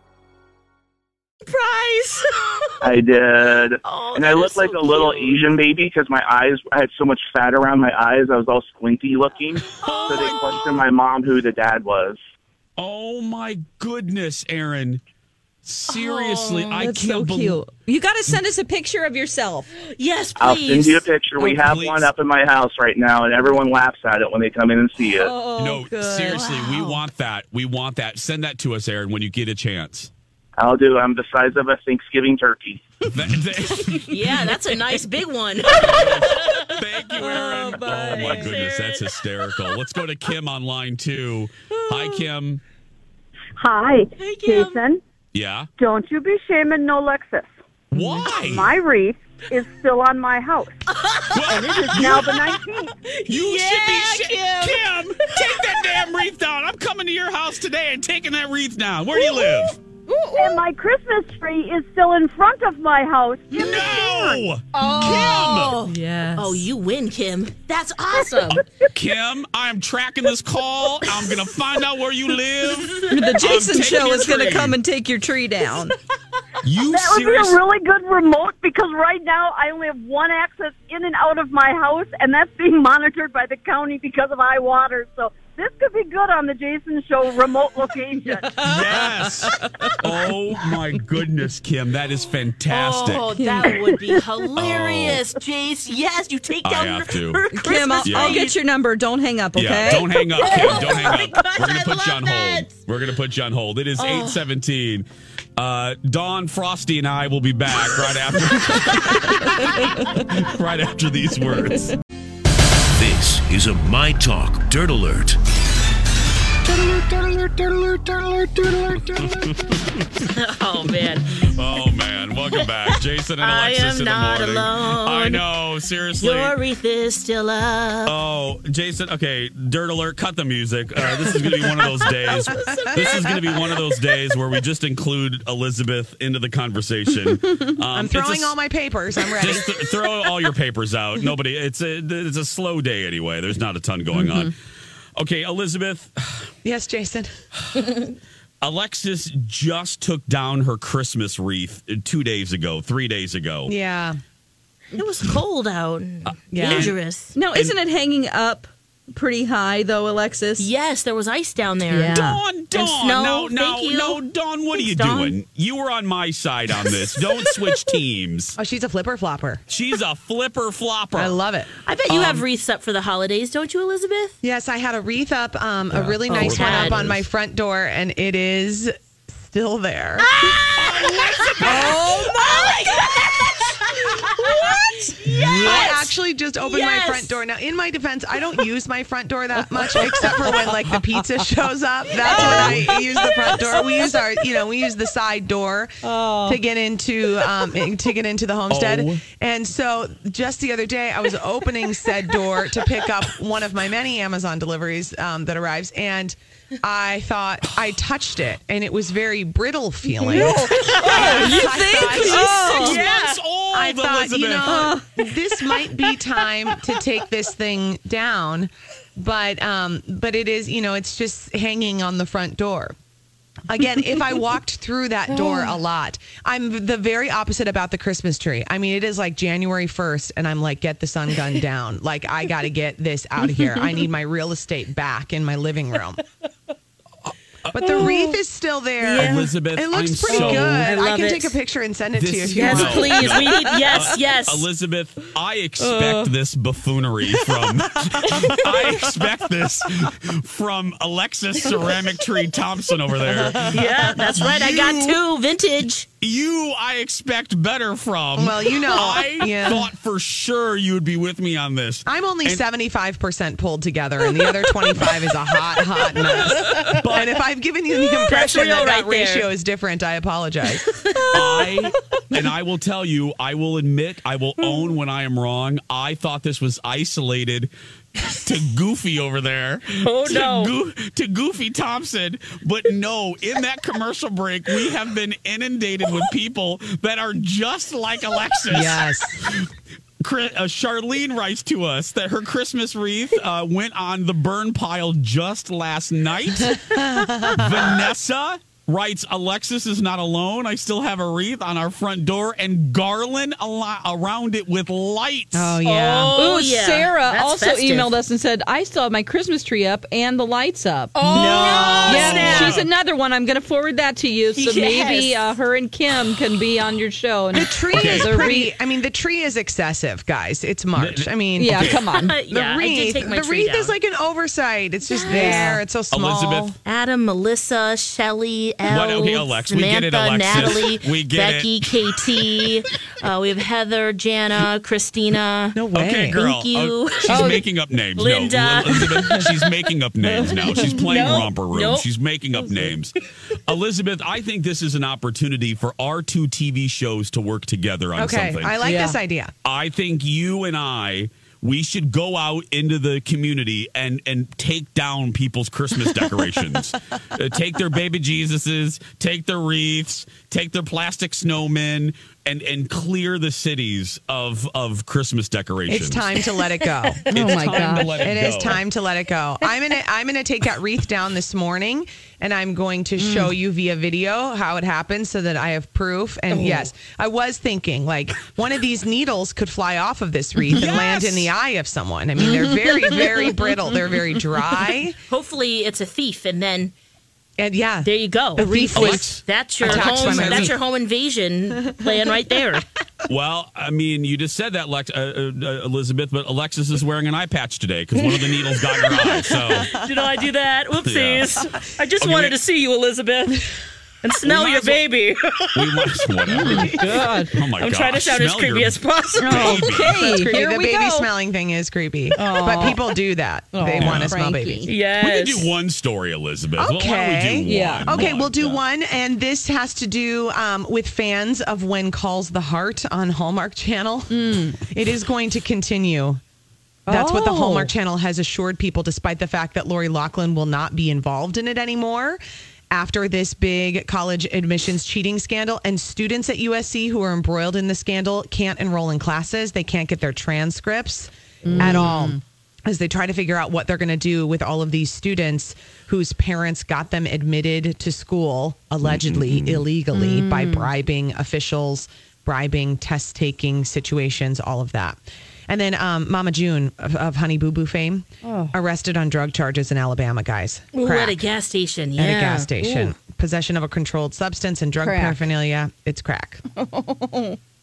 [SPEAKER 6] prize.
[SPEAKER 4] I did.
[SPEAKER 6] Oh,
[SPEAKER 4] and
[SPEAKER 6] that
[SPEAKER 4] I
[SPEAKER 6] is
[SPEAKER 4] looked like
[SPEAKER 6] so
[SPEAKER 4] a little
[SPEAKER 6] cute.
[SPEAKER 4] Asian baby because my eyes, I had so much fat around my eyes, I was all squinty looking.
[SPEAKER 5] Oh
[SPEAKER 4] so they questioned my mom who the dad was.
[SPEAKER 1] Oh my goodness, Aaron. Seriously, I can't
[SPEAKER 5] That's so
[SPEAKER 1] believe
[SPEAKER 5] cute. You got to send us a picture of yourself.
[SPEAKER 6] yes,
[SPEAKER 4] I'll send
[SPEAKER 6] please.
[SPEAKER 4] you a picture. We
[SPEAKER 1] Oh,
[SPEAKER 4] have
[SPEAKER 1] please.
[SPEAKER 4] one up in my house right now, and everyone laughs at it when they come in and see it.
[SPEAKER 5] Oh,
[SPEAKER 1] No,
[SPEAKER 5] good.
[SPEAKER 1] seriously, we want that. We want that. Send that to us, Aaron, when you get a chance.
[SPEAKER 4] I'll do. I'm the size of a Thanksgiving turkey.
[SPEAKER 1] Th- th-
[SPEAKER 6] yeah, that's a nice big one.
[SPEAKER 1] Thank you, Aaron. Oh, my
[SPEAKER 6] Thanks,
[SPEAKER 1] goodness, that's
[SPEAKER 6] Aaron.
[SPEAKER 1] hysterical. Let's go to Kim on line two. Hi,
[SPEAKER 6] Oh.
[SPEAKER 1] Kim.
[SPEAKER 8] Hi,
[SPEAKER 6] Hey, Kim.
[SPEAKER 8] Jason.
[SPEAKER 1] Yeah.
[SPEAKER 8] Don't you be shaming no Lexus.
[SPEAKER 1] Why?
[SPEAKER 8] My wreath is still on my house.
[SPEAKER 1] What?
[SPEAKER 8] Now the 19th.
[SPEAKER 1] You should be
[SPEAKER 6] Yeah,
[SPEAKER 1] Kim. Kim, take that damn wreath down. I'm coming to your house today and taking that wreath down. Where do you live?
[SPEAKER 8] And my Christmas tree is still in front of my house.
[SPEAKER 1] No.
[SPEAKER 6] Oh.
[SPEAKER 5] Yes.
[SPEAKER 6] Oh, you win, Kim. That's awesome.
[SPEAKER 1] Kim, I'm tracking this call. I'm gonna find out where you live.
[SPEAKER 5] the Jason
[SPEAKER 1] taking
[SPEAKER 5] show
[SPEAKER 1] your
[SPEAKER 5] is going
[SPEAKER 1] tree.
[SPEAKER 5] to come and take your tree down.
[SPEAKER 1] You
[SPEAKER 8] That would be
[SPEAKER 1] serious-
[SPEAKER 8] a really good remote because right now I only have one access in and out of my house, and that's being monitored by the county because of high water. So this could be good on the Jason Show remote location.
[SPEAKER 1] Yes. oh my goodness, Kim, that is fantastic.
[SPEAKER 6] Oh, that would be hilarious, Jace. Yes, you take
[SPEAKER 1] I
[SPEAKER 6] down
[SPEAKER 1] have
[SPEAKER 6] her,
[SPEAKER 1] to.
[SPEAKER 6] her
[SPEAKER 5] Kim, I'll,
[SPEAKER 6] Christmas
[SPEAKER 5] I'll
[SPEAKER 6] wreath.
[SPEAKER 5] get your number. Don't hang up, okay?
[SPEAKER 1] Yeah, don't hang up, Kim. Don't hang up.
[SPEAKER 6] gosh,
[SPEAKER 1] We're gonna
[SPEAKER 6] I
[SPEAKER 1] put you
[SPEAKER 6] love
[SPEAKER 1] on
[SPEAKER 6] that. Oh.
[SPEAKER 1] hold. We're gonna put you on hold. It is eight seventeen. Uh, Dawn, Frosty, and I will be back right after right after these words.
[SPEAKER 9] This is a My Talk Dirt Alert.
[SPEAKER 6] Oh man,
[SPEAKER 1] Oh man, welcome back, Jason and
[SPEAKER 6] I
[SPEAKER 1] Alexis.
[SPEAKER 6] am
[SPEAKER 1] in the
[SPEAKER 6] not
[SPEAKER 1] morning.
[SPEAKER 6] alone.
[SPEAKER 1] I know, seriously.
[SPEAKER 6] your wreath is still up.
[SPEAKER 1] Oh, Jason. Okay, dirt alert. Cut the music. Uh, this is going to be one of those days. this is going to be one of those days where we just include Elizabeth into the conversation. Um, I'm throwing all my papers. I'm ready. Just th- throw all your papers out. Nobody. It's a it's a slow day anyway. There's not a ton going on. Okay, Elizabeth.
[SPEAKER 10] Yes, Jason.
[SPEAKER 1] Alexis just took down her Christmas wreath uh, two days ago, three days ago.
[SPEAKER 10] Yeah.
[SPEAKER 6] It was cold out. and
[SPEAKER 1] Uh,
[SPEAKER 10] yeah.
[SPEAKER 6] Dangerous.
[SPEAKER 5] No, isn't it hanging up pretty high though, Alexis?
[SPEAKER 6] Yes, there was ice down there.
[SPEAKER 5] Yeah.
[SPEAKER 1] Dawn, Dawn,
[SPEAKER 6] snow.
[SPEAKER 1] no, no,
[SPEAKER 6] Thank you.
[SPEAKER 1] no, Dawn, what are you
[SPEAKER 6] Thanks, Dawn.
[SPEAKER 1] doing? You were on my side on this. Don't switch teams.
[SPEAKER 10] Oh, she's a flipper flopper.
[SPEAKER 1] She's a flipper flopper.
[SPEAKER 10] I love it.
[SPEAKER 6] I bet you
[SPEAKER 1] Um,
[SPEAKER 6] have wreaths up for the holidays, don't you, Elizabeth?
[SPEAKER 10] Yes, I had a wreath up, um, a really
[SPEAKER 6] Oh,
[SPEAKER 10] nice one
[SPEAKER 6] Tad.
[SPEAKER 10] up on my front door, and it is still there.
[SPEAKER 6] Oh my gosh! what? Yes!
[SPEAKER 10] I actually just opened
[SPEAKER 6] Yes.
[SPEAKER 10] my front door. Now, in my defense, I don't use my front door that much, except for when like the pizza shows up. That's when
[SPEAKER 5] Oh.
[SPEAKER 10] I use the front door. We use our, you know, we use the side door
[SPEAKER 5] Oh.
[SPEAKER 10] to get into um, in- to get into the homestead.
[SPEAKER 1] Oh.
[SPEAKER 10] And so, just the other day, I was opening said door to pick up one of my many Amazon deliveries um, that arrives, and I thought I touched it, and it was very brittle feeling.
[SPEAKER 5] You think?
[SPEAKER 1] Six
[SPEAKER 5] Oh,
[SPEAKER 1] months old,
[SPEAKER 10] I thought,
[SPEAKER 1] Elizabeth.
[SPEAKER 10] you know, this might be time to take this thing down, but um, but it is, you know, it's just hanging on the front door.
[SPEAKER 11] Again, if I walked through that door
[SPEAKER 1] Oh.
[SPEAKER 11] a lot, I'm the very opposite about the Christmas tree. I mean, it is like January 1st, and I'm like, get the sun gun down. Like, I got to get this out of here. I need my real estate back in my living room. But the wreath is still there.
[SPEAKER 1] Oh. Yeah. Elizabeth,
[SPEAKER 11] it looks
[SPEAKER 1] I'm
[SPEAKER 11] pretty
[SPEAKER 1] so-
[SPEAKER 11] good.
[SPEAKER 1] I
[SPEAKER 11] I,
[SPEAKER 1] love
[SPEAKER 11] can
[SPEAKER 1] it.
[SPEAKER 11] take a picture and send it to you if
[SPEAKER 1] is-
[SPEAKER 11] you
[SPEAKER 1] no,
[SPEAKER 11] want.
[SPEAKER 1] no.
[SPEAKER 11] yes,
[SPEAKER 1] Uh,
[SPEAKER 11] yes.
[SPEAKER 1] Elizabeth, I expect
[SPEAKER 11] Uh.
[SPEAKER 1] this buffoonery from. I expect this from Alexis Ceramic Tree Thompson over there.
[SPEAKER 6] Yeah, that's right. I got two vintage.
[SPEAKER 1] You, I expect better from.
[SPEAKER 11] Well, you know,
[SPEAKER 1] I
[SPEAKER 11] yeah.
[SPEAKER 1] thought for sure you would be with me on this.
[SPEAKER 11] I'm only
[SPEAKER 1] And-
[SPEAKER 11] 75% pulled together, and the other 25 is a hot, hot mess.
[SPEAKER 1] But-
[SPEAKER 11] and if I've given you the
[SPEAKER 1] That's
[SPEAKER 11] impression
[SPEAKER 1] real
[SPEAKER 11] that that
[SPEAKER 1] right there.
[SPEAKER 11] ratio is different, I apologize.
[SPEAKER 1] I and I will tell you, I will admit, I will own when I am wrong. I thought this was isolated to Goofy over there.
[SPEAKER 12] Oh,
[SPEAKER 1] to
[SPEAKER 12] no.
[SPEAKER 1] Goo- to Goofy Thompson, but no, in that commercial break, we have been inundated with people that are just like Alexis.
[SPEAKER 11] Yes.
[SPEAKER 1] Chris, uh, Charlene writes to us that her Christmas wreath uh, went on the burn pile just last night. Vanessa writes Alexis is not alone. I still have a wreath on our front door and garland al- around it with lights.
[SPEAKER 11] Oh, yeah.
[SPEAKER 5] Ooh, Sarah also emailed us and said, I still have my Christmas tree up and the lights up. Oh,
[SPEAKER 11] No.
[SPEAKER 5] Yeah,
[SPEAKER 11] snap.
[SPEAKER 5] she's another one. I'm going to forward that to you. So
[SPEAKER 11] Yes.
[SPEAKER 5] maybe uh, her and Kim can be on your show. And the
[SPEAKER 11] tree is pretty. I mean, the tree is excessive, guys. It's March. I mean,
[SPEAKER 5] Yeah, Okay. come on.
[SPEAKER 6] Uh,
[SPEAKER 11] The
[SPEAKER 5] Yeah, I
[SPEAKER 11] wreath,
[SPEAKER 5] did take my
[SPEAKER 11] the
[SPEAKER 5] tree
[SPEAKER 11] wreath is
[SPEAKER 5] down.
[SPEAKER 11] like an oversight. It's just there. It's so small.
[SPEAKER 1] Elizabeth.
[SPEAKER 6] Adam, Melissa, Shelly, Elle,
[SPEAKER 1] What? Okay, Alex, we
[SPEAKER 6] Samantha,
[SPEAKER 1] get it, Alexis.
[SPEAKER 6] Natalie,
[SPEAKER 1] We get
[SPEAKER 6] Becky, KT. Uh, we have Heather, Jana, Christina. No
[SPEAKER 1] Okay, girl.
[SPEAKER 6] Thank you.
[SPEAKER 1] Oh, she's making up names. No,
[SPEAKER 6] Linda.
[SPEAKER 1] Elizabeth, she's making up names now. She's playing
[SPEAKER 6] Nope,
[SPEAKER 1] romper room.
[SPEAKER 6] nope.
[SPEAKER 1] She's making up names. Elizabeth, I think this is an opportunity for our two TV shows to work together on
[SPEAKER 11] Okay,
[SPEAKER 1] something.
[SPEAKER 11] I like this idea.
[SPEAKER 1] I think you and I we should go out into the community and and take down people's Christmas decorations. Uh, take their baby Jesuses, take their wreaths, take their plastic snowmen, and and clear the cities of of Christmas decorations.
[SPEAKER 11] It's time to let it go. Oh
[SPEAKER 1] It's time to let
[SPEAKER 11] It is
[SPEAKER 1] go.
[SPEAKER 11] time to let it go. I'm gonna I'm gonna take that wreath down this morning, and I'm going to show
[SPEAKER 1] Mm.
[SPEAKER 11] you via video how it happens, so that I have proof. And
[SPEAKER 12] Oh.
[SPEAKER 11] yes, I was thinking like one of these needles could fly off of this wreath and land in the eye of someone. I mean, they're very very brittle. They're very dry.
[SPEAKER 6] Hopefully, it's a thief, and then.
[SPEAKER 11] And yeah, there
[SPEAKER 6] you go.
[SPEAKER 11] The thief was
[SPEAKER 6] that's your
[SPEAKER 11] attacked by
[SPEAKER 6] home.
[SPEAKER 11] my
[SPEAKER 6] That's
[SPEAKER 11] wreath.
[SPEAKER 6] your home invasion plan right there.
[SPEAKER 1] Well, I mean, you just said that, Lex, uh, uh, uh, Elizabeth, but Alexis is wearing an eye patch today because one of the needles got in her eye. So.
[SPEAKER 6] Did I do that? Whoopsies. I just
[SPEAKER 1] Okay,
[SPEAKER 6] wanted to
[SPEAKER 1] we-
[SPEAKER 6] see you, Elizabeth, and smell
[SPEAKER 1] might
[SPEAKER 6] your
[SPEAKER 1] as well-
[SPEAKER 6] baby.
[SPEAKER 1] We must whatever.
[SPEAKER 6] God.
[SPEAKER 1] Oh my god.
[SPEAKER 6] I'm trying to sound as creepy as possible.
[SPEAKER 11] That's creepy.
[SPEAKER 6] Here
[SPEAKER 11] the
[SPEAKER 6] we
[SPEAKER 11] baby
[SPEAKER 6] go.
[SPEAKER 11] smelling thing is creepy, but people do that. They
[SPEAKER 1] Aw,
[SPEAKER 11] want to smell
[SPEAKER 1] Frankie.
[SPEAKER 11] baby.
[SPEAKER 1] We can do one story, Elizabeth. Well,
[SPEAKER 11] Okay.
[SPEAKER 1] why don't we do one?
[SPEAKER 11] Okay, we'll do one, and this has to do um, with fans of When Calls the Heart on Hallmark Channel. It is going to continue. That's what the
[SPEAKER 12] Oh.
[SPEAKER 11] Hallmark Channel has assured people, despite the fact that Lori Lachlan will not be involved in it anymore after this big college admissions cheating scandal. And students at USC who are embroiled in the scandal can't enroll in classes, they can't get their transcripts at all as they try to figure out what they're going to do with all of these students whose parents got them admitted to school allegedly illegally by
[SPEAKER 6] Mm.
[SPEAKER 11] bribing officials, bribing test taking situations, all of that. And then um, Mama June of, of Honey Boo Boo fame arrested on drug charges in Alabama, guys.
[SPEAKER 6] Oh. Ooh,
[SPEAKER 11] Crack
[SPEAKER 6] at a gas station. Yeah.
[SPEAKER 11] at a gas station. Possession of a controlled substance and drug
[SPEAKER 6] Crack.
[SPEAKER 11] paraphernalia. It's crack.
[SPEAKER 6] Oh,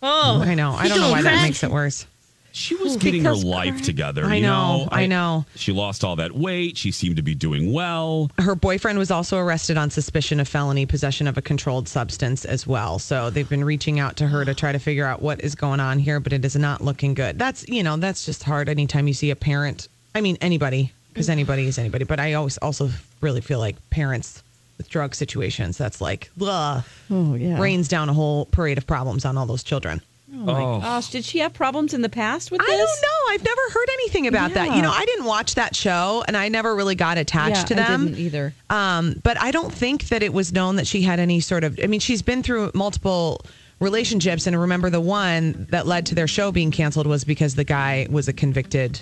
[SPEAKER 11] I know. I
[SPEAKER 6] You
[SPEAKER 11] don't know
[SPEAKER 6] doing
[SPEAKER 11] why that
[SPEAKER 6] crack?
[SPEAKER 11] makes it worse.
[SPEAKER 1] She was getting her life together.
[SPEAKER 11] I
[SPEAKER 1] you
[SPEAKER 11] know, I know.
[SPEAKER 1] She lost all that weight. She seemed to be doing well.
[SPEAKER 11] Her boyfriend was also arrested on suspicion of felony possession of a controlled substance as well. So they've been reaching out to her to try to figure out what is going on here, but it is not looking good. That's, you know, that's just hard anytime you see a parent. I mean, anybody, because anybody is anybody. But I always also really feel like parents with drug situations, that's like, ugh,
[SPEAKER 5] Oh, yeah.
[SPEAKER 11] rains down a whole parade of problems on all those children.
[SPEAKER 5] Oh, my gosh. Did she have problems in the past with this? I don't
[SPEAKER 11] know. I've never heard anything about that. You know, I didn't watch that show and I never really got attached
[SPEAKER 5] Yeah,
[SPEAKER 11] to
[SPEAKER 5] I
[SPEAKER 11] them
[SPEAKER 5] didn't either.
[SPEAKER 11] Um, but I don't think that it was known that she had any sort of. I mean, she's been through multiple relationships, and remember the one that led to their show being canceled was because the guy was a convicted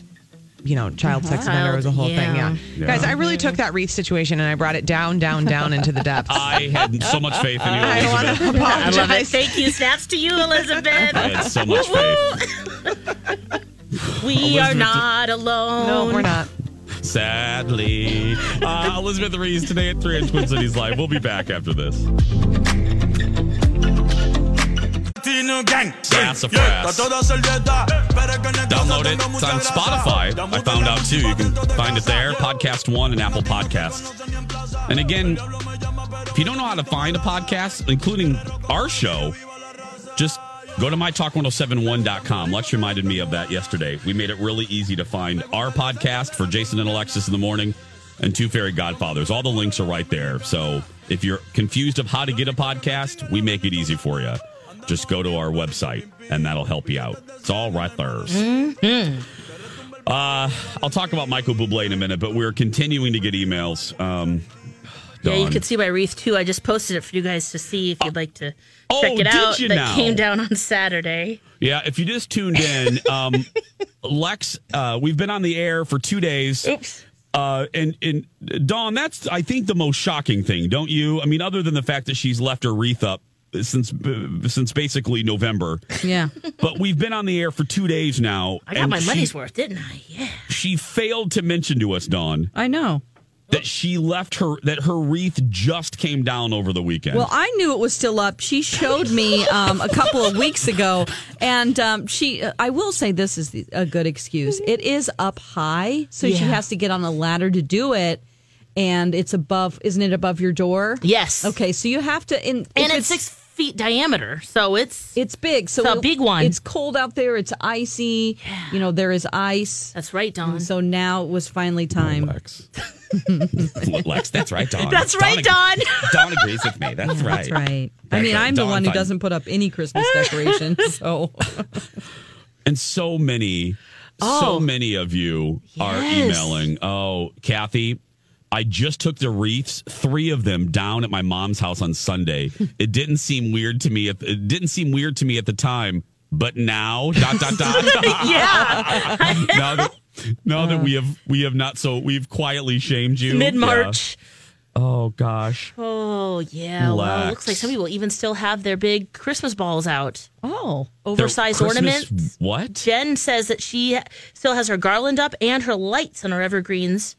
[SPEAKER 11] you know, child sex
[SPEAKER 1] Uh-huh.
[SPEAKER 11] offender was a whole thing. Yeah.
[SPEAKER 1] Child, yeah.
[SPEAKER 11] Guys, I really took that Reith situation and I brought it down, down, down into the depths.
[SPEAKER 1] I had so much faith in you,
[SPEAKER 11] I wanna
[SPEAKER 1] Elizabeth.
[SPEAKER 6] I love it.
[SPEAKER 11] apologize.
[SPEAKER 6] Thank you. Snaps to you, Elizabeth.
[SPEAKER 1] I had so much faith.
[SPEAKER 6] We
[SPEAKER 1] Elizabeth-
[SPEAKER 6] are not alone.
[SPEAKER 11] No, we're not.
[SPEAKER 1] Sadly. Uh, Elizabeth Reese today at 3 on Twin Cities Live. We'll be back after this.
[SPEAKER 12] Latino gang.
[SPEAKER 1] Sassafras. Download
[SPEAKER 12] Download
[SPEAKER 1] it. It's on Spotify. I found out too. You can find it there, Podcast One and Apple Podcasts. And again, if you don't know how to find a podcast, including our show, just go to mytalk1071.com. Lex reminded me of that yesterday. We made it really easy to find our podcast for Jason and Alexis in the morning and Two Fairy Godfathers. All the links are right there. So if you're confused of how to get a podcast, we make it easy for you. Just go to our website and that'll help you out. It's all right there. Uh, I'll talk about Michael Bublé in a minute, but we're continuing to get emails. Um,
[SPEAKER 6] Yeah, you
[SPEAKER 1] Dawn.
[SPEAKER 6] could see my wreath too. I just posted it for you guys to see if you'd like to
[SPEAKER 1] oh,
[SPEAKER 6] check
[SPEAKER 1] did
[SPEAKER 6] it out.
[SPEAKER 1] you
[SPEAKER 6] that
[SPEAKER 1] now?
[SPEAKER 6] came down on Saturday.
[SPEAKER 1] Yeah, if you just tuned in, um, Lex, uh, we've been on the air for two days. Oops. Uh, and and Dawn, that's I think the most shocking thing, don't you? I mean, other than the fact that she's left her wreath up since since basically November,
[SPEAKER 5] Yeah.
[SPEAKER 1] but we've been on the air for two days now.
[SPEAKER 6] I got
[SPEAKER 1] and
[SPEAKER 6] my
[SPEAKER 1] she-
[SPEAKER 6] money's worth, didn't I? Yeah.
[SPEAKER 1] She failed to mention to us, Dawn,
[SPEAKER 5] I know.
[SPEAKER 1] that she left her that her wreath just came down over the weekend.
[SPEAKER 5] Well, I knew it was still up. She showed me um, a couple of weeks ago, and um, she. I will say this is the- a good excuse. It is up high, so she
[SPEAKER 6] Yeah.
[SPEAKER 5] has to get on a ladder to do it, and it's above. Isn't it above your door?
[SPEAKER 6] Yes.
[SPEAKER 5] Okay, so you have to. In,
[SPEAKER 6] And it's six feet diameter, so it's
[SPEAKER 5] it's big. So
[SPEAKER 6] it's a
[SPEAKER 5] it-
[SPEAKER 6] big one.
[SPEAKER 5] It's cold out there. It's icy. You know there is ice.
[SPEAKER 6] That's right, Don.
[SPEAKER 5] So now it was
[SPEAKER 1] Oh,
[SPEAKER 5] finally time.
[SPEAKER 1] Lex, that's right, Dawn.
[SPEAKER 5] That's right,
[SPEAKER 1] ag-
[SPEAKER 5] Dawn.
[SPEAKER 1] Dawn agrees with me. That's
[SPEAKER 5] Yeah,
[SPEAKER 1] right.
[SPEAKER 5] That's right. I
[SPEAKER 1] That's
[SPEAKER 5] mean,
[SPEAKER 1] right.
[SPEAKER 5] I'm the
[SPEAKER 1] Dawn
[SPEAKER 5] one who
[SPEAKER 1] finds-
[SPEAKER 5] doesn't put up any Christmas decorations. So
[SPEAKER 1] and so many so
[SPEAKER 5] Oh.
[SPEAKER 1] many of you are
[SPEAKER 5] Yes.
[SPEAKER 1] emailing oh kathy i just took the wreaths three of them down at my mom's house on sunday it didn't seem weird to me at, it didn't seem weird to me at the time but now dot dot dot
[SPEAKER 6] yeah.
[SPEAKER 1] now that, now
[SPEAKER 5] Uh.
[SPEAKER 1] that we have we have not so we've quietly shamed you
[SPEAKER 6] Mid March.
[SPEAKER 1] Yeah. oh gosh
[SPEAKER 6] Oh yeah. Well, it looks like some people even still have their big Christmas balls out.
[SPEAKER 5] Oh,
[SPEAKER 6] oversized
[SPEAKER 1] Their Christmas-
[SPEAKER 6] ornaments.
[SPEAKER 1] what
[SPEAKER 6] Jen says that she still has her garland up and her lights on her evergreens.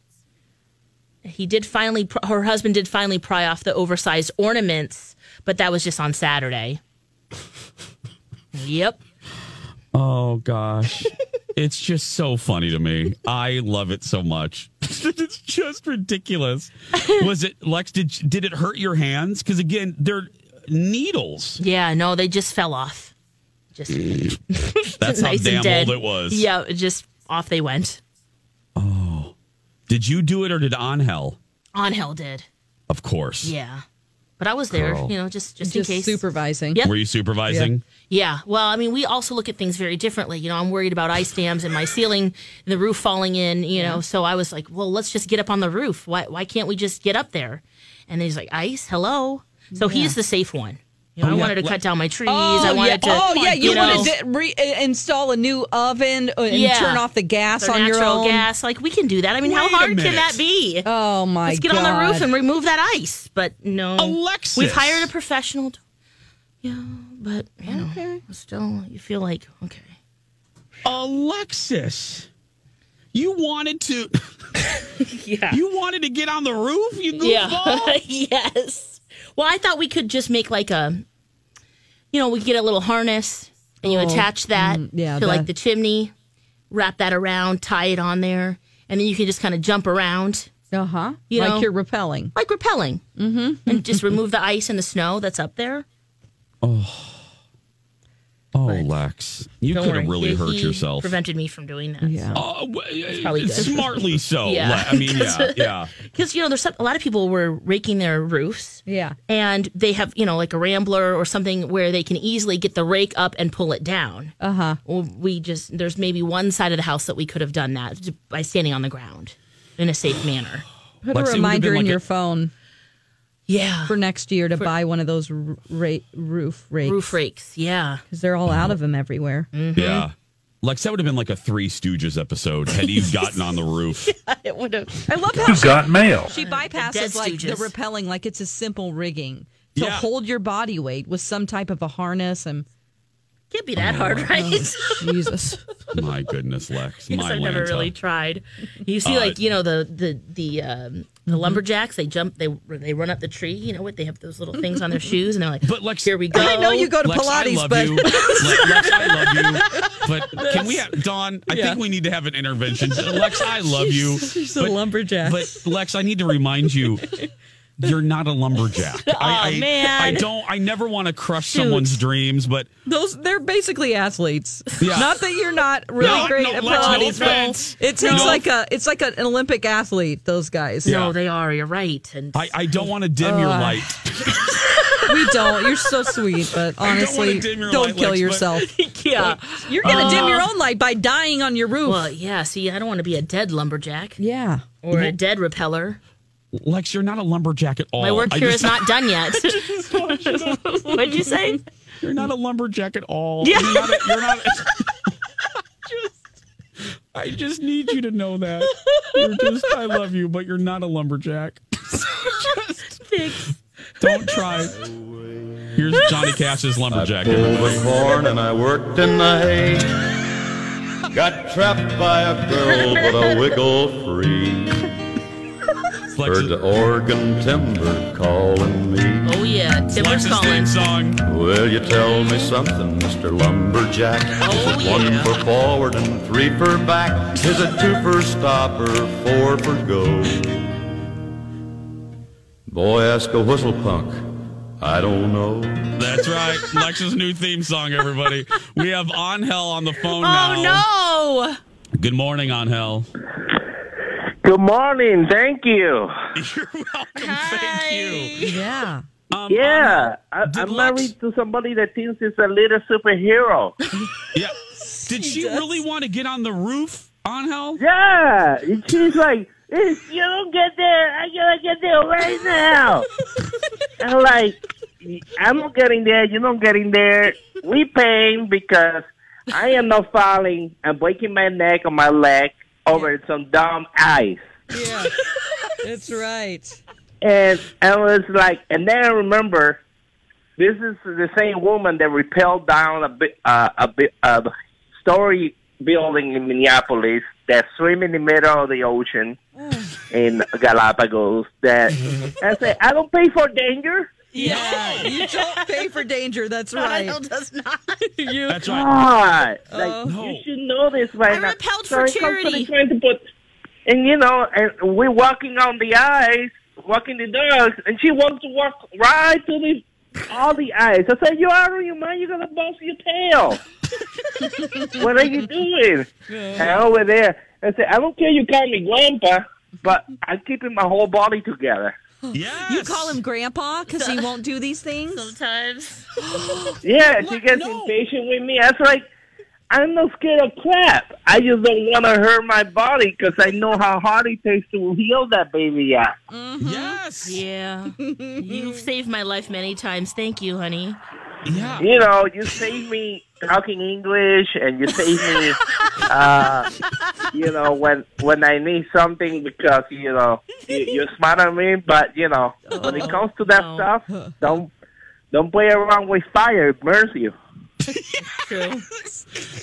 [SPEAKER 6] He did finally, pr- her husband did finally pry off the oversized ornaments, but that was just on Saturday. yep.
[SPEAKER 1] Oh gosh. it's just so funny to me. I love it so much. it's just ridiculous. Was it Lex did did it hurt your hands? Cuz again, they're needles.
[SPEAKER 6] Yeah, no, they just fell off. Just
[SPEAKER 1] That's Mm. how
[SPEAKER 6] nice and
[SPEAKER 1] damn
[SPEAKER 6] dead.
[SPEAKER 1] old it was.
[SPEAKER 6] Yeah, it just off they went.
[SPEAKER 1] Did you do it or did Angel?
[SPEAKER 6] On hell did.
[SPEAKER 1] Of course.
[SPEAKER 6] Yeah. But I was there,
[SPEAKER 1] Girl.
[SPEAKER 6] you know, just just,
[SPEAKER 5] just
[SPEAKER 6] in case.
[SPEAKER 5] supervising.
[SPEAKER 6] Yep.
[SPEAKER 1] Were you supervising?
[SPEAKER 6] Yeah. Well, I mean, we also look at things very differently. You know, I'm worried about ice dams and my ceiling and the roof falling in, you know. So I was like, well, let's just get up on the roof. Why, why can't we just get up there? And he's like, ice, hello. So he's the safe one. You know,
[SPEAKER 5] Oh,
[SPEAKER 6] I
[SPEAKER 5] yeah.
[SPEAKER 6] wanted to
[SPEAKER 5] What-
[SPEAKER 6] cut down my trees.
[SPEAKER 5] Oh,
[SPEAKER 6] I wanted
[SPEAKER 5] yeah.
[SPEAKER 6] to.
[SPEAKER 5] Oh, yeah. You,
[SPEAKER 6] know,
[SPEAKER 5] wanted to re- uh, install a new oven uh, and
[SPEAKER 6] Yeah.
[SPEAKER 5] turn off the gas
[SPEAKER 6] the
[SPEAKER 5] on your
[SPEAKER 6] natural
[SPEAKER 5] own.
[SPEAKER 6] gas. Like, we can do that. I mean, how
[SPEAKER 5] Wait a
[SPEAKER 6] hard can
[SPEAKER 5] minute.
[SPEAKER 6] that be?
[SPEAKER 5] Oh, my
[SPEAKER 6] Let's get on the
[SPEAKER 5] God.
[SPEAKER 6] roof and remove that ice. But no.
[SPEAKER 1] Alexis.
[SPEAKER 6] We've hired a professional. to- Yeah, but, you know, still, you feel like, okay.
[SPEAKER 1] Alexis. You wanted to Yeah. You wanted to get on the roof, you
[SPEAKER 6] Yeah.
[SPEAKER 1] goofball?
[SPEAKER 6] yes. Well, I thought we could just make like a, you know, we get a little harness and you
[SPEAKER 5] Oh,
[SPEAKER 6] attach that
[SPEAKER 5] mm, yeah,
[SPEAKER 6] to like
[SPEAKER 5] that-
[SPEAKER 6] the chimney, wrap that around, tie it on there, and then you can just kind of jump around,
[SPEAKER 5] Uh huh.
[SPEAKER 6] You
[SPEAKER 5] like
[SPEAKER 6] know.
[SPEAKER 5] you're repelling.
[SPEAKER 6] like rappelling, mm-hmm. and just remove the ice and the snow that's up there.
[SPEAKER 1] Oh, Lex. You
[SPEAKER 6] Don't
[SPEAKER 1] could have
[SPEAKER 6] worry.
[SPEAKER 1] really
[SPEAKER 6] He-
[SPEAKER 1] hurt
[SPEAKER 6] he
[SPEAKER 1] yourself.
[SPEAKER 6] Prevented me from doing that.
[SPEAKER 5] Yeah.
[SPEAKER 1] Uh, w-
[SPEAKER 6] probably good.
[SPEAKER 1] smartly so. Le- I mean, yeah, yeah.
[SPEAKER 6] Because you know, there's some, a lot of people were raking their roofs.
[SPEAKER 5] Yeah.
[SPEAKER 6] and they have you know like a rambler or something where they can easily get the rake up and pull it down
[SPEAKER 5] Uh huh.
[SPEAKER 6] well, we just there's maybe one side of the house that we could have done that j- by standing on the ground in a safe manner
[SPEAKER 5] Put a
[SPEAKER 6] Lexi, it would've
[SPEAKER 5] reminder
[SPEAKER 6] been
[SPEAKER 5] in
[SPEAKER 6] like
[SPEAKER 5] your
[SPEAKER 6] a-
[SPEAKER 5] phone
[SPEAKER 6] yeah
[SPEAKER 5] for next year to buy one of those r- ra- roof rakes
[SPEAKER 6] roof Mm. rakes yeah
[SPEAKER 5] because they're all out of them everywhere.
[SPEAKER 1] Yeah. Lex, that would have been like a Three Stooges episode had you gotten on the roof.
[SPEAKER 6] it would have.
[SPEAKER 5] I love how
[SPEAKER 1] You've got mail.
[SPEAKER 5] She
[SPEAKER 6] Dead
[SPEAKER 5] bypasses like the
[SPEAKER 6] Stooges.
[SPEAKER 5] rappelling, like it's a simple rigging to
[SPEAKER 6] Yeah.
[SPEAKER 5] hold your body weight with some type of a harness and.
[SPEAKER 6] Can't be that hard, right?
[SPEAKER 5] Jesus.
[SPEAKER 1] My goodness, Lex.
[SPEAKER 6] Yes,
[SPEAKER 1] My
[SPEAKER 6] I've never
[SPEAKER 1] Lanta.
[SPEAKER 6] really tried. You see,
[SPEAKER 1] Uh,
[SPEAKER 6] like you know the the the um, the lumberjacks. They jump. They they run up the tree. You know what? They have those little things on their shoes, and they're like,
[SPEAKER 1] "But Lex,
[SPEAKER 6] here we go."
[SPEAKER 5] I know you go to
[SPEAKER 1] Lex, I
[SPEAKER 5] Pilates,
[SPEAKER 1] love
[SPEAKER 5] but
[SPEAKER 1] you. Le- Lex, I love you. But can we
[SPEAKER 5] Yes.
[SPEAKER 1] have Dawn? I
[SPEAKER 5] Yeah.
[SPEAKER 1] think we need to have an intervention. Lex, I love you.
[SPEAKER 5] She's- she's a lumberjack.
[SPEAKER 1] But Lex, I need to remind you, you're not a lumberjack. I,
[SPEAKER 5] Aw,
[SPEAKER 1] I,
[SPEAKER 5] man.
[SPEAKER 1] I don't. I never want to crush
[SPEAKER 5] Shoot.
[SPEAKER 1] someone's dreams, but
[SPEAKER 5] Those they're basically athletes.
[SPEAKER 1] Yeah.
[SPEAKER 5] Not that you're not really
[SPEAKER 1] No,
[SPEAKER 5] great
[SPEAKER 1] no,
[SPEAKER 5] at
[SPEAKER 1] Lex, no
[SPEAKER 5] Pilates,
[SPEAKER 1] offense.
[SPEAKER 5] but it takes
[SPEAKER 1] No.
[SPEAKER 5] like a it's like an Olympic athlete. Those guys.
[SPEAKER 1] No, Yeah.
[SPEAKER 6] Oh, they are. You're right. And
[SPEAKER 1] I, I don't want to dim your
[SPEAKER 5] Ugh.
[SPEAKER 1] light.
[SPEAKER 5] we don't. You're so sweet, but
[SPEAKER 1] I don't wanna
[SPEAKER 5] honestly,
[SPEAKER 1] dim your
[SPEAKER 5] don't,
[SPEAKER 1] light,
[SPEAKER 5] kill
[SPEAKER 1] Lex, but-
[SPEAKER 5] yourself.
[SPEAKER 6] yeah,
[SPEAKER 5] You're gonna dim your
[SPEAKER 6] Uh,
[SPEAKER 5] own light by dying on your roof.
[SPEAKER 6] Well, yeah. See, I don't want to be a dead lumberjack.
[SPEAKER 5] Yeah.
[SPEAKER 6] Or a dead repeller.
[SPEAKER 1] Lex, you're not a lumberjack at all.
[SPEAKER 6] My work
[SPEAKER 1] Oh, I
[SPEAKER 6] here is
[SPEAKER 1] just-
[SPEAKER 6] not done yet. What'd you say?
[SPEAKER 1] You're not a lumberjack at all.
[SPEAKER 6] Yeah.
[SPEAKER 1] You're not. A, you're not a- I just need you to know that. You're just. I love you, but you're not a lumberjack.
[SPEAKER 6] Thanks.
[SPEAKER 1] Don't try. Here's Johnny Cash's lumberjack.
[SPEAKER 13] I was born and I worked in the hay. Got trapped by a girl, but I wiggle free. Heard the Oregon timber calling me.
[SPEAKER 6] Oh yeah, Timber's calling.
[SPEAKER 1] song.
[SPEAKER 13] Will you tell me something, Mr. Lumberjack? Is it one for forward and three for back? Is it two for stop or four for go? Boy, ask a whistle punk. I don't know.
[SPEAKER 1] That's right. Lex's new theme song, everybody. We have On Hell on the phone now.
[SPEAKER 6] Oh
[SPEAKER 1] no. Good morning, On Hell.
[SPEAKER 14] Good morning. Thank you.
[SPEAKER 1] You're welcome. Thank you. Um,
[SPEAKER 5] Yeah.
[SPEAKER 14] yeah, I, I'm married to somebody that thinks it's a little superhero.
[SPEAKER 1] Yeah. Did she, really want to get on the roof, On Hell?
[SPEAKER 14] yeah, and she's like, if you don't get there, I'm gonna get there right now. I'm like, I'm not getting there. You're not getting there. We paying because I am not falling and breaking my neck or my leg over some dumb ice.
[SPEAKER 5] Yeah. That's right.
[SPEAKER 14] And I was like, and then I remember, this is the same woman that repelled down a bi- uh, a, bi- a story building in Minneapolis that swim in the middle of the ocean in Galapagos. That I said, I don't pay for danger.
[SPEAKER 5] Yeah, you don't pay for danger. That's right.
[SPEAKER 6] no, does not.
[SPEAKER 5] you,
[SPEAKER 1] That's
[SPEAKER 14] God, like
[SPEAKER 5] Oh.
[SPEAKER 14] you should know this right
[SPEAKER 5] I
[SPEAKER 14] now.
[SPEAKER 5] repelled for
[SPEAKER 14] So it comes to the
[SPEAKER 5] charity.
[SPEAKER 14] point to put- and you know, and we're walking on the ice, walking the dogs, and she wants to walk right to the all the ice. I said, "You out of your mind? You're gonna bust your tail. what are you doing?" And over there, I said, "I don't care. You call me grandpa, but I'm keeping my whole body together."
[SPEAKER 5] you call him grandpa because he won't do these things
[SPEAKER 6] sometimes.
[SPEAKER 14] Yeah, she gets impatient with me. I was like, I'm not scared of crap. I just don't want to hurt my body because I know how hard it takes to heal that baby up.
[SPEAKER 1] Yes.
[SPEAKER 6] Yeah. You've saved my life many times. Thank you, honey.
[SPEAKER 1] Yeah.
[SPEAKER 14] You know, you save me talking English, and you save me, uh, you know, when when I need something because you know you, you're smart on me. But you know, when it comes to that stuff, don't don't play around with fire. It burns you.
[SPEAKER 6] True.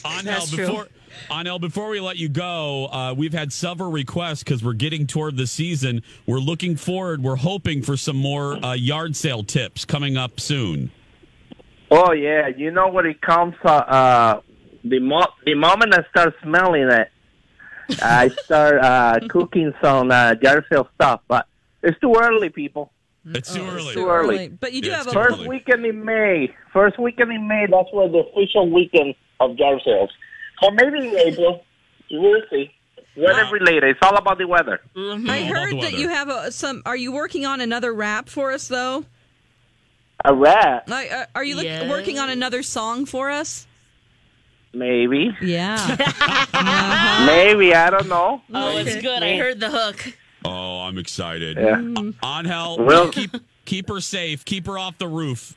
[SPEAKER 1] On Hell,
[SPEAKER 6] That's true.
[SPEAKER 1] before on Hell, before we let you go, uh, we've had several requests because we're getting toward the season. We're looking forward. We're hoping for some more uh, yard sale tips coming up soon.
[SPEAKER 14] Oh yeah, you know when it comes uh, uh the mo- the moment I start smelling it, I start uh cooking some uh Garfield stuff, but it's too early, people.
[SPEAKER 1] It's too early.
[SPEAKER 14] too early. early.
[SPEAKER 5] But you do have a
[SPEAKER 14] First weekend in May. First weekend in May, that's where the official weekend of jar sales. Or maybe in April. We'll see. Weather related. It's all about the weather.
[SPEAKER 5] I
[SPEAKER 14] All about
[SPEAKER 5] heard
[SPEAKER 14] the
[SPEAKER 5] that
[SPEAKER 14] weather.
[SPEAKER 5] you have a, some. Are you working on another rap for us though?
[SPEAKER 14] A rat,
[SPEAKER 5] Like, uh, are you look,
[SPEAKER 14] Yes.
[SPEAKER 5] working on another song for us?
[SPEAKER 14] maybe.
[SPEAKER 5] Yeah.
[SPEAKER 14] Maybe, I don't know.
[SPEAKER 6] Oh, it's good. I heard the hook.
[SPEAKER 1] Oh, I'm excited.
[SPEAKER 14] Yeah.
[SPEAKER 1] On Hell,
[SPEAKER 14] Well-
[SPEAKER 1] keep keep her safe. Keep her off the roof.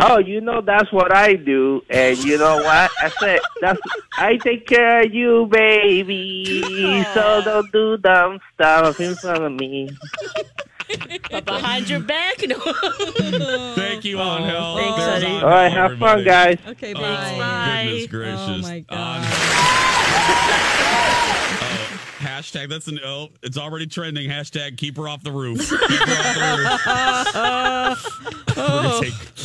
[SPEAKER 14] Oh, you know that's what I do, and you know what I said. That's I take care of you, baby. So don't do dumb stuff in front of me.
[SPEAKER 6] But behind your back, no.
[SPEAKER 1] Thank you, on hell.
[SPEAKER 6] thanks, honey.
[SPEAKER 14] All right, have fun, guys.
[SPEAKER 6] Okay,
[SPEAKER 1] Oh,
[SPEAKER 6] bye.
[SPEAKER 1] Goodness
[SPEAKER 6] Bye.
[SPEAKER 1] gracious.
[SPEAKER 6] Oh, my
[SPEAKER 1] God. Oh, hashtag, that's an oh, it's already trending. Hashtag, keep her off the roof. Keep her off the roof. We're gonna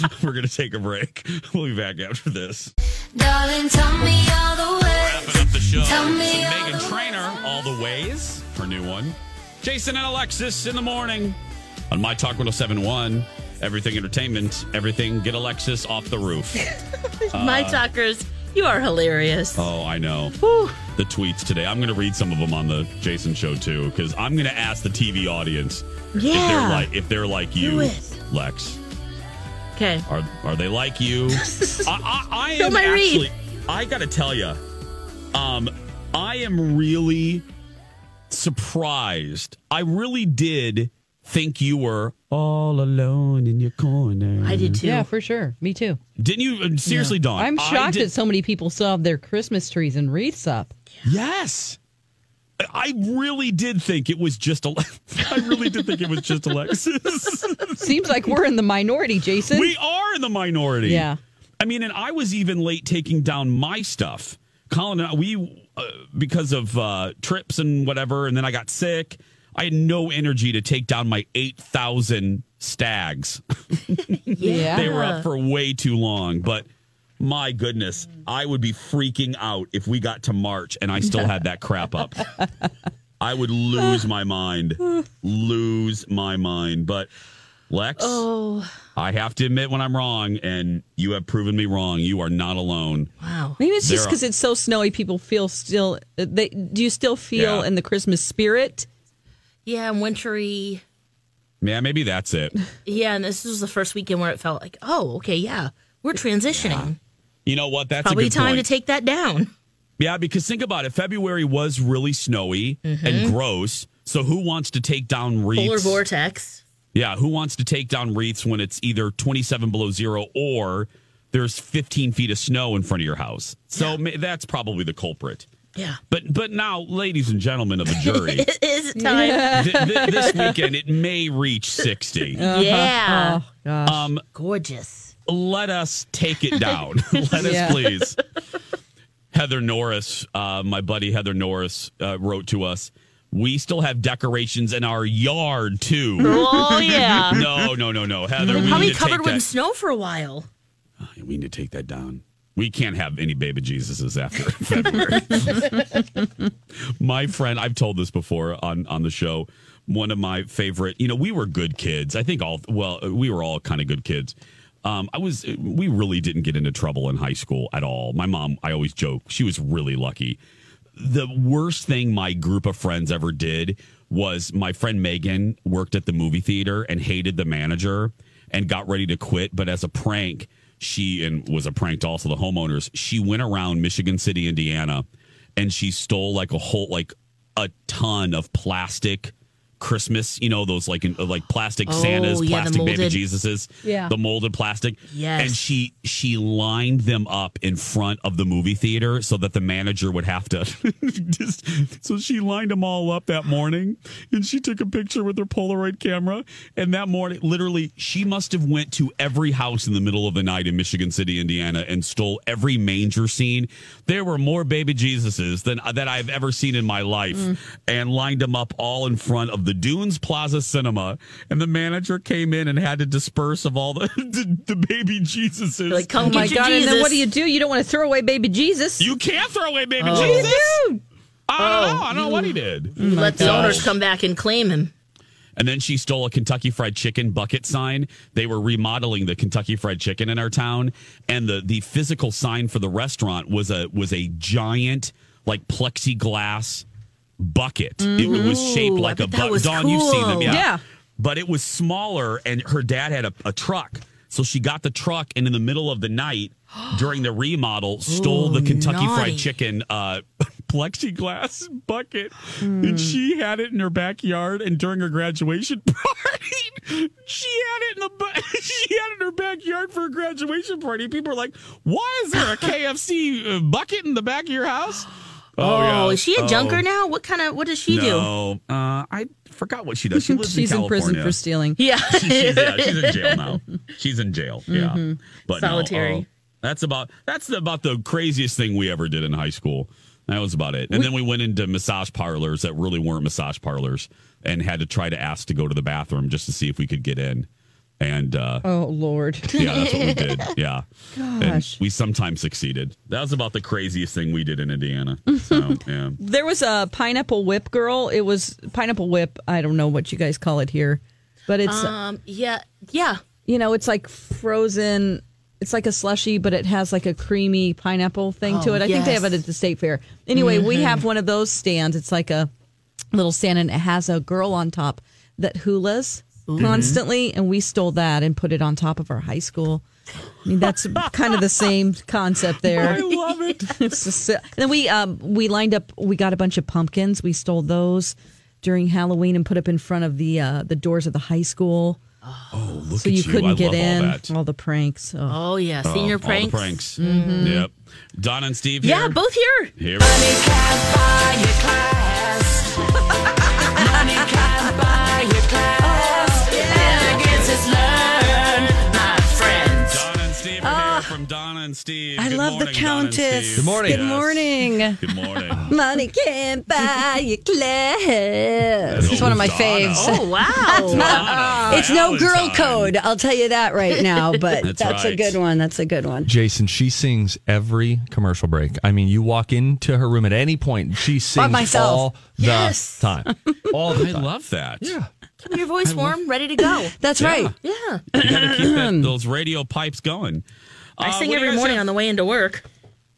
[SPEAKER 1] take we're gonna take a break. We'll be back after this.
[SPEAKER 3] Darling, tell me all the
[SPEAKER 1] Wrapping up the show.
[SPEAKER 3] Tell me
[SPEAKER 1] Some
[SPEAKER 3] all
[SPEAKER 1] Megan Trainer, all the ways. Her new one. Jason and Alexis in the morning on my talk 1071. Everything entertainment. Everything. Get Alexis off the roof.
[SPEAKER 6] My
[SPEAKER 1] Uh,
[SPEAKER 6] talkers, you are hilarious.
[SPEAKER 1] Oh, I know. The tweets today. I'm going to read some of them on the Jason show too, because I'm going to ask the TV audience if they're
[SPEAKER 6] Yeah.
[SPEAKER 1] like if they're like
[SPEAKER 6] Do
[SPEAKER 1] you,
[SPEAKER 6] it.
[SPEAKER 1] Lex.
[SPEAKER 6] Okay.
[SPEAKER 1] Are are they like you? I, I, I am
[SPEAKER 6] Show my
[SPEAKER 1] actually.
[SPEAKER 6] read.
[SPEAKER 1] I got to tell you, um, I am really surprised. I really did think you were all alone in your corner.
[SPEAKER 15] Yeah, for sure. Me too.
[SPEAKER 1] Didn't you um, seriously, Dawn?
[SPEAKER 15] I'm
[SPEAKER 1] I
[SPEAKER 15] shocked
[SPEAKER 1] did-
[SPEAKER 15] that so many people still have their Christmas trees and wreaths up.
[SPEAKER 1] Yes. I really did think it was just a. I really did think it was just Alexis.
[SPEAKER 15] Seems like we're in the minority, Jason.
[SPEAKER 1] we are in the minority.
[SPEAKER 15] Yeah.
[SPEAKER 1] I mean, and I was even late taking down my stuff. Colin and I, we, uh, because of uh, trips and whatever, and then I got sick. I had no energy to take down my 8,000 stags.
[SPEAKER 15] yeah.
[SPEAKER 1] They were
[SPEAKER 6] Uh-huh.
[SPEAKER 1] up for way too long, but my goodness, I would be freaking out if we got to March and I still had that crap up. I would lose my mind. Lose my mind. But Lex,
[SPEAKER 6] Oh,
[SPEAKER 1] I have to admit when I'm wrong, and you have proven me wrong. You are not alone.
[SPEAKER 6] wow.
[SPEAKER 5] Maybe it's just
[SPEAKER 1] They're-
[SPEAKER 5] because it's so snowy. People feel still. uh, They do you still feel
[SPEAKER 1] Yeah.
[SPEAKER 5] in the Christmas spirit?
[SPEAKER 6] Yeah, I'm wintry.
[SPEAKER 1] Yeah, maybe that's it.
[SPEAKER 6] Yeah, and this was the first weekend where it felt like, oh, okay, yeah, we're transitioning.
[SPEAKER 1] You know what? That's a
[SPEAKER 6] Probably
[SPEAKER 1] good
[SPEAKER 6] time
[SPEAKER 1] point.
[SPEAKER 6] to take that down.
[SPEAKER 1] Yeah, because think about it. February was really snowy
[SPEAKER 6] Mhm.
[SPEAKER 1] and gross. So who wants to take down wreaths?
[SPEAKER 6] Polar vortex.
[SPEAKER 1] Yeah, who wants to take down wreaths when it's either 27 below zero or there's 15 feet of snow in front of your house? So ma- that's probably the culprit.
[SPEAKER 6] Yeah.
[SPEAKER 1] But but now, ladies and gentlemen of the jury, th-
[SPEAKER 6] It is time.
[SPEAKER 1] th- this weekend it may reach 60.
[SPEAKER 6] Yeah.
[SPEAKER 1] Um,
[SPEAKER 6] Oh, Gorgeous.
[SPEAKER 1] let us take it down. let
[SPEAKER 6] Yeah.
[SPEAKER 1] us please. Heather Norris, uh, my buddy Heather Norris, uh, wrote to us. We still have decorations in our yard too.
[SPEAKER 6] Oh, yeah.
[SPEAKER 1] No, no, no, no, Heather.
[SPEAKER 6] They're
[SPEAKER 1] we
[SPEAKER 6] Mm-hmm. probably
[SPEAKER 1] need to
[SPEAKER 6] covered
[SPEAKER 1] take
[SPEAKER 6] with
[SPEAKER 1] that.
[SPEAKER 6] snow for a while.
[SPEAKER 1] We need to take that down. We can't have any baby Jesuses after February. my friend, I've told this before on on the show. One of my favorite, you know, we were good kids. I think all well, we were all kind of good kids. Um, I was we really didn't get into trouble in high school at all. My mom, I always joke, she was really lucky. The worst thing my group of friends ever did was my friend Megan worked at the movie theater and hated the manager and got ready to quit, but as a prank, she and was a prank to also the homeowners. She went around Michigan City, Indiana, and she stole like a whole like a ton of plastic Christmas, you know, those like in, like plastic
[SPEAKER 6] Oh,
[SPEAKER 1] Santas,
[SPEAKER 6] yeah, the
[SPEAKER 1] plastic baby
[SPEAKER 6] molded-
[SPEAKER 1] Jesuses,
[SPEAKER 6] Yeah.
[SPEAKER 1] the molded plastic.
[SPEAKER 6] Yes.
[SPEAKER 1] And she she lined them up in front of the movie theater so that the manager would have to just so she lined them all up that morning and she took a picture with her Polaroid camera and that morning literally she must have went to every house in the middle of the night in Michigan City, Indiana and stole every manger scene. There were more baby Jesuses than that I've ever seen in my life
[SPEAKER 16] Mm.
[SPEAKER 1] and lined them up all in front of the Dunes Plaza Cinema. And the manager came in and had to disperse of all the the, the baby Jesuses.
[SPEAKER 6] Like,
[SPEAKER 15] oh my God! And then what do you do? You don't want to throw away baby Jesus.
[SPEAKER 1] You can't throw away baby
[SPEAKER 15] What do you
[SPEAKER 1] Jesus.
[SPEAKER 15] do?
[SPEAKER 1] I
[SPEAKER 6] Oh,
[SPEAKER 1] don't know. I don't know
[SPEAKER 6] you-
[SPEAKER 1] what he did. Oh.
[SPEAKER 6] You let the owners come back and claim him.
[SPEAKER 1] And then she stole a Kentucky Fried Chicken bucket sign. They were remodeling the Kentucky Fried Chicken in our town, and the the physical sign for the restaurant was a was a giant like plexiglass bucket. It, it was shaped
[SPEAKER 16] Ooh, Mm-hmm. I
[SPEAKER 1] like a
[SPEAKER 16] bet that
[SPEAKER 1] bucket.
[SPEAKER 16] was
[SPEAKER 1] Don, you've seen them,
[SPEAKER 16] cool.
[SPEAKER 1] yeah.
[SPEAKER 16] Yeah.
[SPEAKER 1] But it was smaller, and her dad had a, a truck. So she got the truck, and in the middle of the night during the remodel, stole
[SPEAKER 16] Ooh,
[SPEAKER 1] the Kentucky
[SPEAKER 16] naughty.
[SPEAKER 1] Fried Chicken uh, plexiglass bucket,
[SPEAKER 6] Hmm.
[SPEAKER 1] and she had it in her backyard. And during her graduation party, she had it in the bu- she had it in her backyard for a graduation party. People were like, "Why is there a KFC uh, bucket in the back of your house?"
[SPEAKER 6] Oh,
[SPEAKER 1] yeah.
[SPEAKER 6] is she a
[SPEAKER 1] Oh.
[SPEAKER 6] junker now? What kind of what does she do?
[SPEAKER 1] no. Uh, I forgot what she does. She lives
[SPEAKER 5] She's
[SPEAKER 1] in
[SPEAKER 5] in prison
[SPEAKER 1] California.
[SPEAKER 5] for stealing.
[SPEAKER 6] Yeah.
[SPEAKER 1] she's, yeah, she's in jail now. She's in jail. Yeah,
[SPEAKER 5] Mhm.
[SPEAKER 1] but no,
[SPEAKER 5] Solitary.
[SPEAKER 1] uh, that's about that's the, about the craziest thing we ever did in high school. That was about it. And then we went into massage parlors that really weren't massage parlors, and had to try to ask to go to the bathroom just to see if we could get in. And uh,
[SPEAKER 5] Oh Lord.
[SPEAKER 1] yeah, that's what we did. Yeah, and
[SPEAKER 5] Gosh.
[SPEAKER 1] we sometimes succeeded. That was about the craziest thing we did in Indiana. So, yeah.
[SPEAKER 5] There was a pineapple whip girl. It was pineapple whip. I don't know what you guys call it here, but it's
[SPEAKER 6] um yeah yeah.
[SPEAKER 5] you know it's like frozen. It's like a slushy, but it has like a creamy pineapple thing to
[SPEAKER 6] Oh,
[SPEAKER 5] it. I think they
[SPEAKER 6] yes.
[SPEAKER 5] have it at the state fair. Anyway, we
[SPEAKER 1] Mm-hmm.
[SPEAKER 6] Mhm.
[SPEAKER 5] have one of those stands. It's like a little stand, and it has a girl on top that hulas
[SPEAKER 1] Mm-hmm.
[SPEAKER 5] constantly, and we stole that and put it on top of our high school. I mean, that's kind of the same concept there.
[SPEAKER 1] I love it.
[SPEAKER 5] It's just so- and then we um, we lined up. We got a bunch of pumpkins. We stole those during Halloween and put up in front of the uh, the doors of the high school,
[SPEAKER 1] Oh, look
[SPEAKER 5] so
[SPEAKER 1] at
[SPEAKER 5] you couldn't
[SPEAKER 1] I
[SPEAKER 5] get
[SPEAKER 1] love
[SPEAKER 5] in.
[SPEAKER 1] All that.
[SPEAKER 5] the pranks. Oh,
[SPEAKER 6] yeah,
[SPEAKER 1] Oh, all the pranks.
[SPEAKER 5] Mhm.
[SPEAKER 1] Yep. Don and Steve.
[SPEAKER 6] Yeah,
[SPEAKER 1] here.
[SPEAKER 6] both here.
[SPEAKER 1] Here. we go. Don and Steve are here from Don and Steve.
[SPEAKER 5] I
[SPEAKER 1] Good
[SPEAKER 5] love the
[SPEAKER 1] morning, Don and
[SPEAKER 5] Countess.
[SPEAKER 1] Steve.
[SPEAKER 5] Good morning.
[SPEAKER 1] Good morning.
[SPEAKER 5] Money can't buy you clothes.
[SPEAKER 1] That's
[SPEAKER 5] It's one of my
[SPEAKER 1] Donna.
[SPEAKER 5] faves.
[SPEAKER 1] Oh,
[SPEAKER 6] wow.
[SPEAKER 1] Donna
[SPEAKER 5] it's no girl
[SPEAKER 16] Valentine.
[SPEAKER 5] code. I'll tell you that right now, but
[SPEAKER 16] That's
[SPEAKER 5] that's,
[SPEAKER 16] right.
[SPEAKER 5] a good one. That's a good one.
[SPEAKER 16] Jason, she sings every commercial break. I mean, you walk into her room at any point, she sings
[SPEAKER 5] myself.
[SPEAKER 16] all the
[SPEAKER 6] Yes.
[SPEAKER 16] time. All the
[SPEAKER 1] Oh, I
[SPEAKER 16] time.
[SPEAKER 1] love that. Yeah.
[SPEAKER 6] Keep your voice warm, ready to go.
[SPEAKER 5] That's right.
[SPEAKER 6] Yeah.
[SPEAKER 1] You gotta keep that, those radio pipes going.
[SPEAKER 6] I
[SPEAKER 1] Uh,
[SPEAKER 6] sing
[SPEAKER 1] what do you
[SPEAKER 6] every
[SPEAKER 1] guys
[SPEAKER 6] morning
[SPEAKER 1] have?
[SPEAKER 6] on the way into work.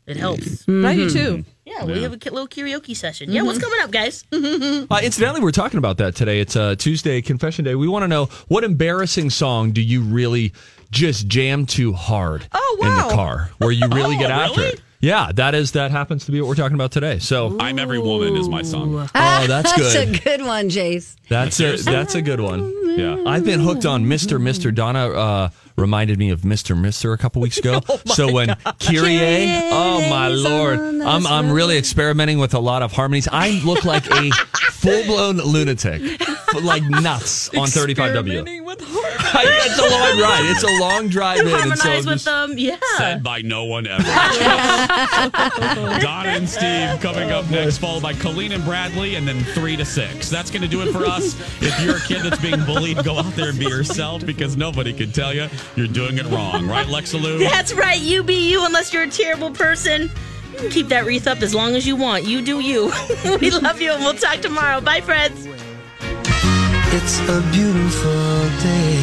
[SPEAKER 6] It helps.
[SPEAKER 5] I do too.
[SPEAKER 6] Yeah, we
[SPEAKER 16] Yeah.
[SPEAKER 6] have a ki- little karaoke session. Yeah, what's coming up, guys?
[SPEAKER 16] Uh, incidentally, we're talking about that today. It's uh, Tuesday, Confession Day. We want to know what embarrassing song do you really just jam to hard
[SPEAKER 5] oh,
[SPEAKER 16] in
[SPEAKER 5] wow.
[SPEAKER 16] the car where you really
[SPEAKER 1] Oh,
[SPEAKER 16] get after
[SPEAKER 1] really?
[SPEAKER 16] it? Yeah, that is that happens to be what we're talking about today. So
[SPEAKER 1] I'm every woman is my song.
[SPEAKER 16] Oh, that's
[SPEAKER 5] That's
[SPEAKER 16] good.
[SPEAKER 5] a good one, Jace.
[SPEAKER 16] That's a that's a good one. Yeah, I've been hooked on Mister Mister. Donna uh, reminded me of Mister Mister a couple weeks ago.
[SPEAKER 6] Oh
[SPEAKER 16] so when Kyrie, oh my lord, I'm I'm really experimenting with a lot of harmonies. I look like a full blown lunatic, like nuts on 35W. it's a long ride. It's a long drive in, and so
[SPEAKER 6] Harmonize
[SPEAKER 16] I'm
[SPEAKER 6] with
[SPEAKER 16] just
[SPEAKER 6] them. Yeah.
[SPEAKER 1] Said by no one ever. Don and Steve coming up next, followed by Colleen and Bradley, and then three to six. That's going to do it for us. If you're a kid that's being bullied, go out there and be yourself because nobody can tell you you're doing it wrong, right, Lexaloo?
[SPEAKER 6] That's right. You be you unless you're a terrible person. You can Keep that wreath up as long as you want. You do you. we love you and we'll talk tomorrow. Bye, friends.
[SPEAKER 17] It's a beautiful day.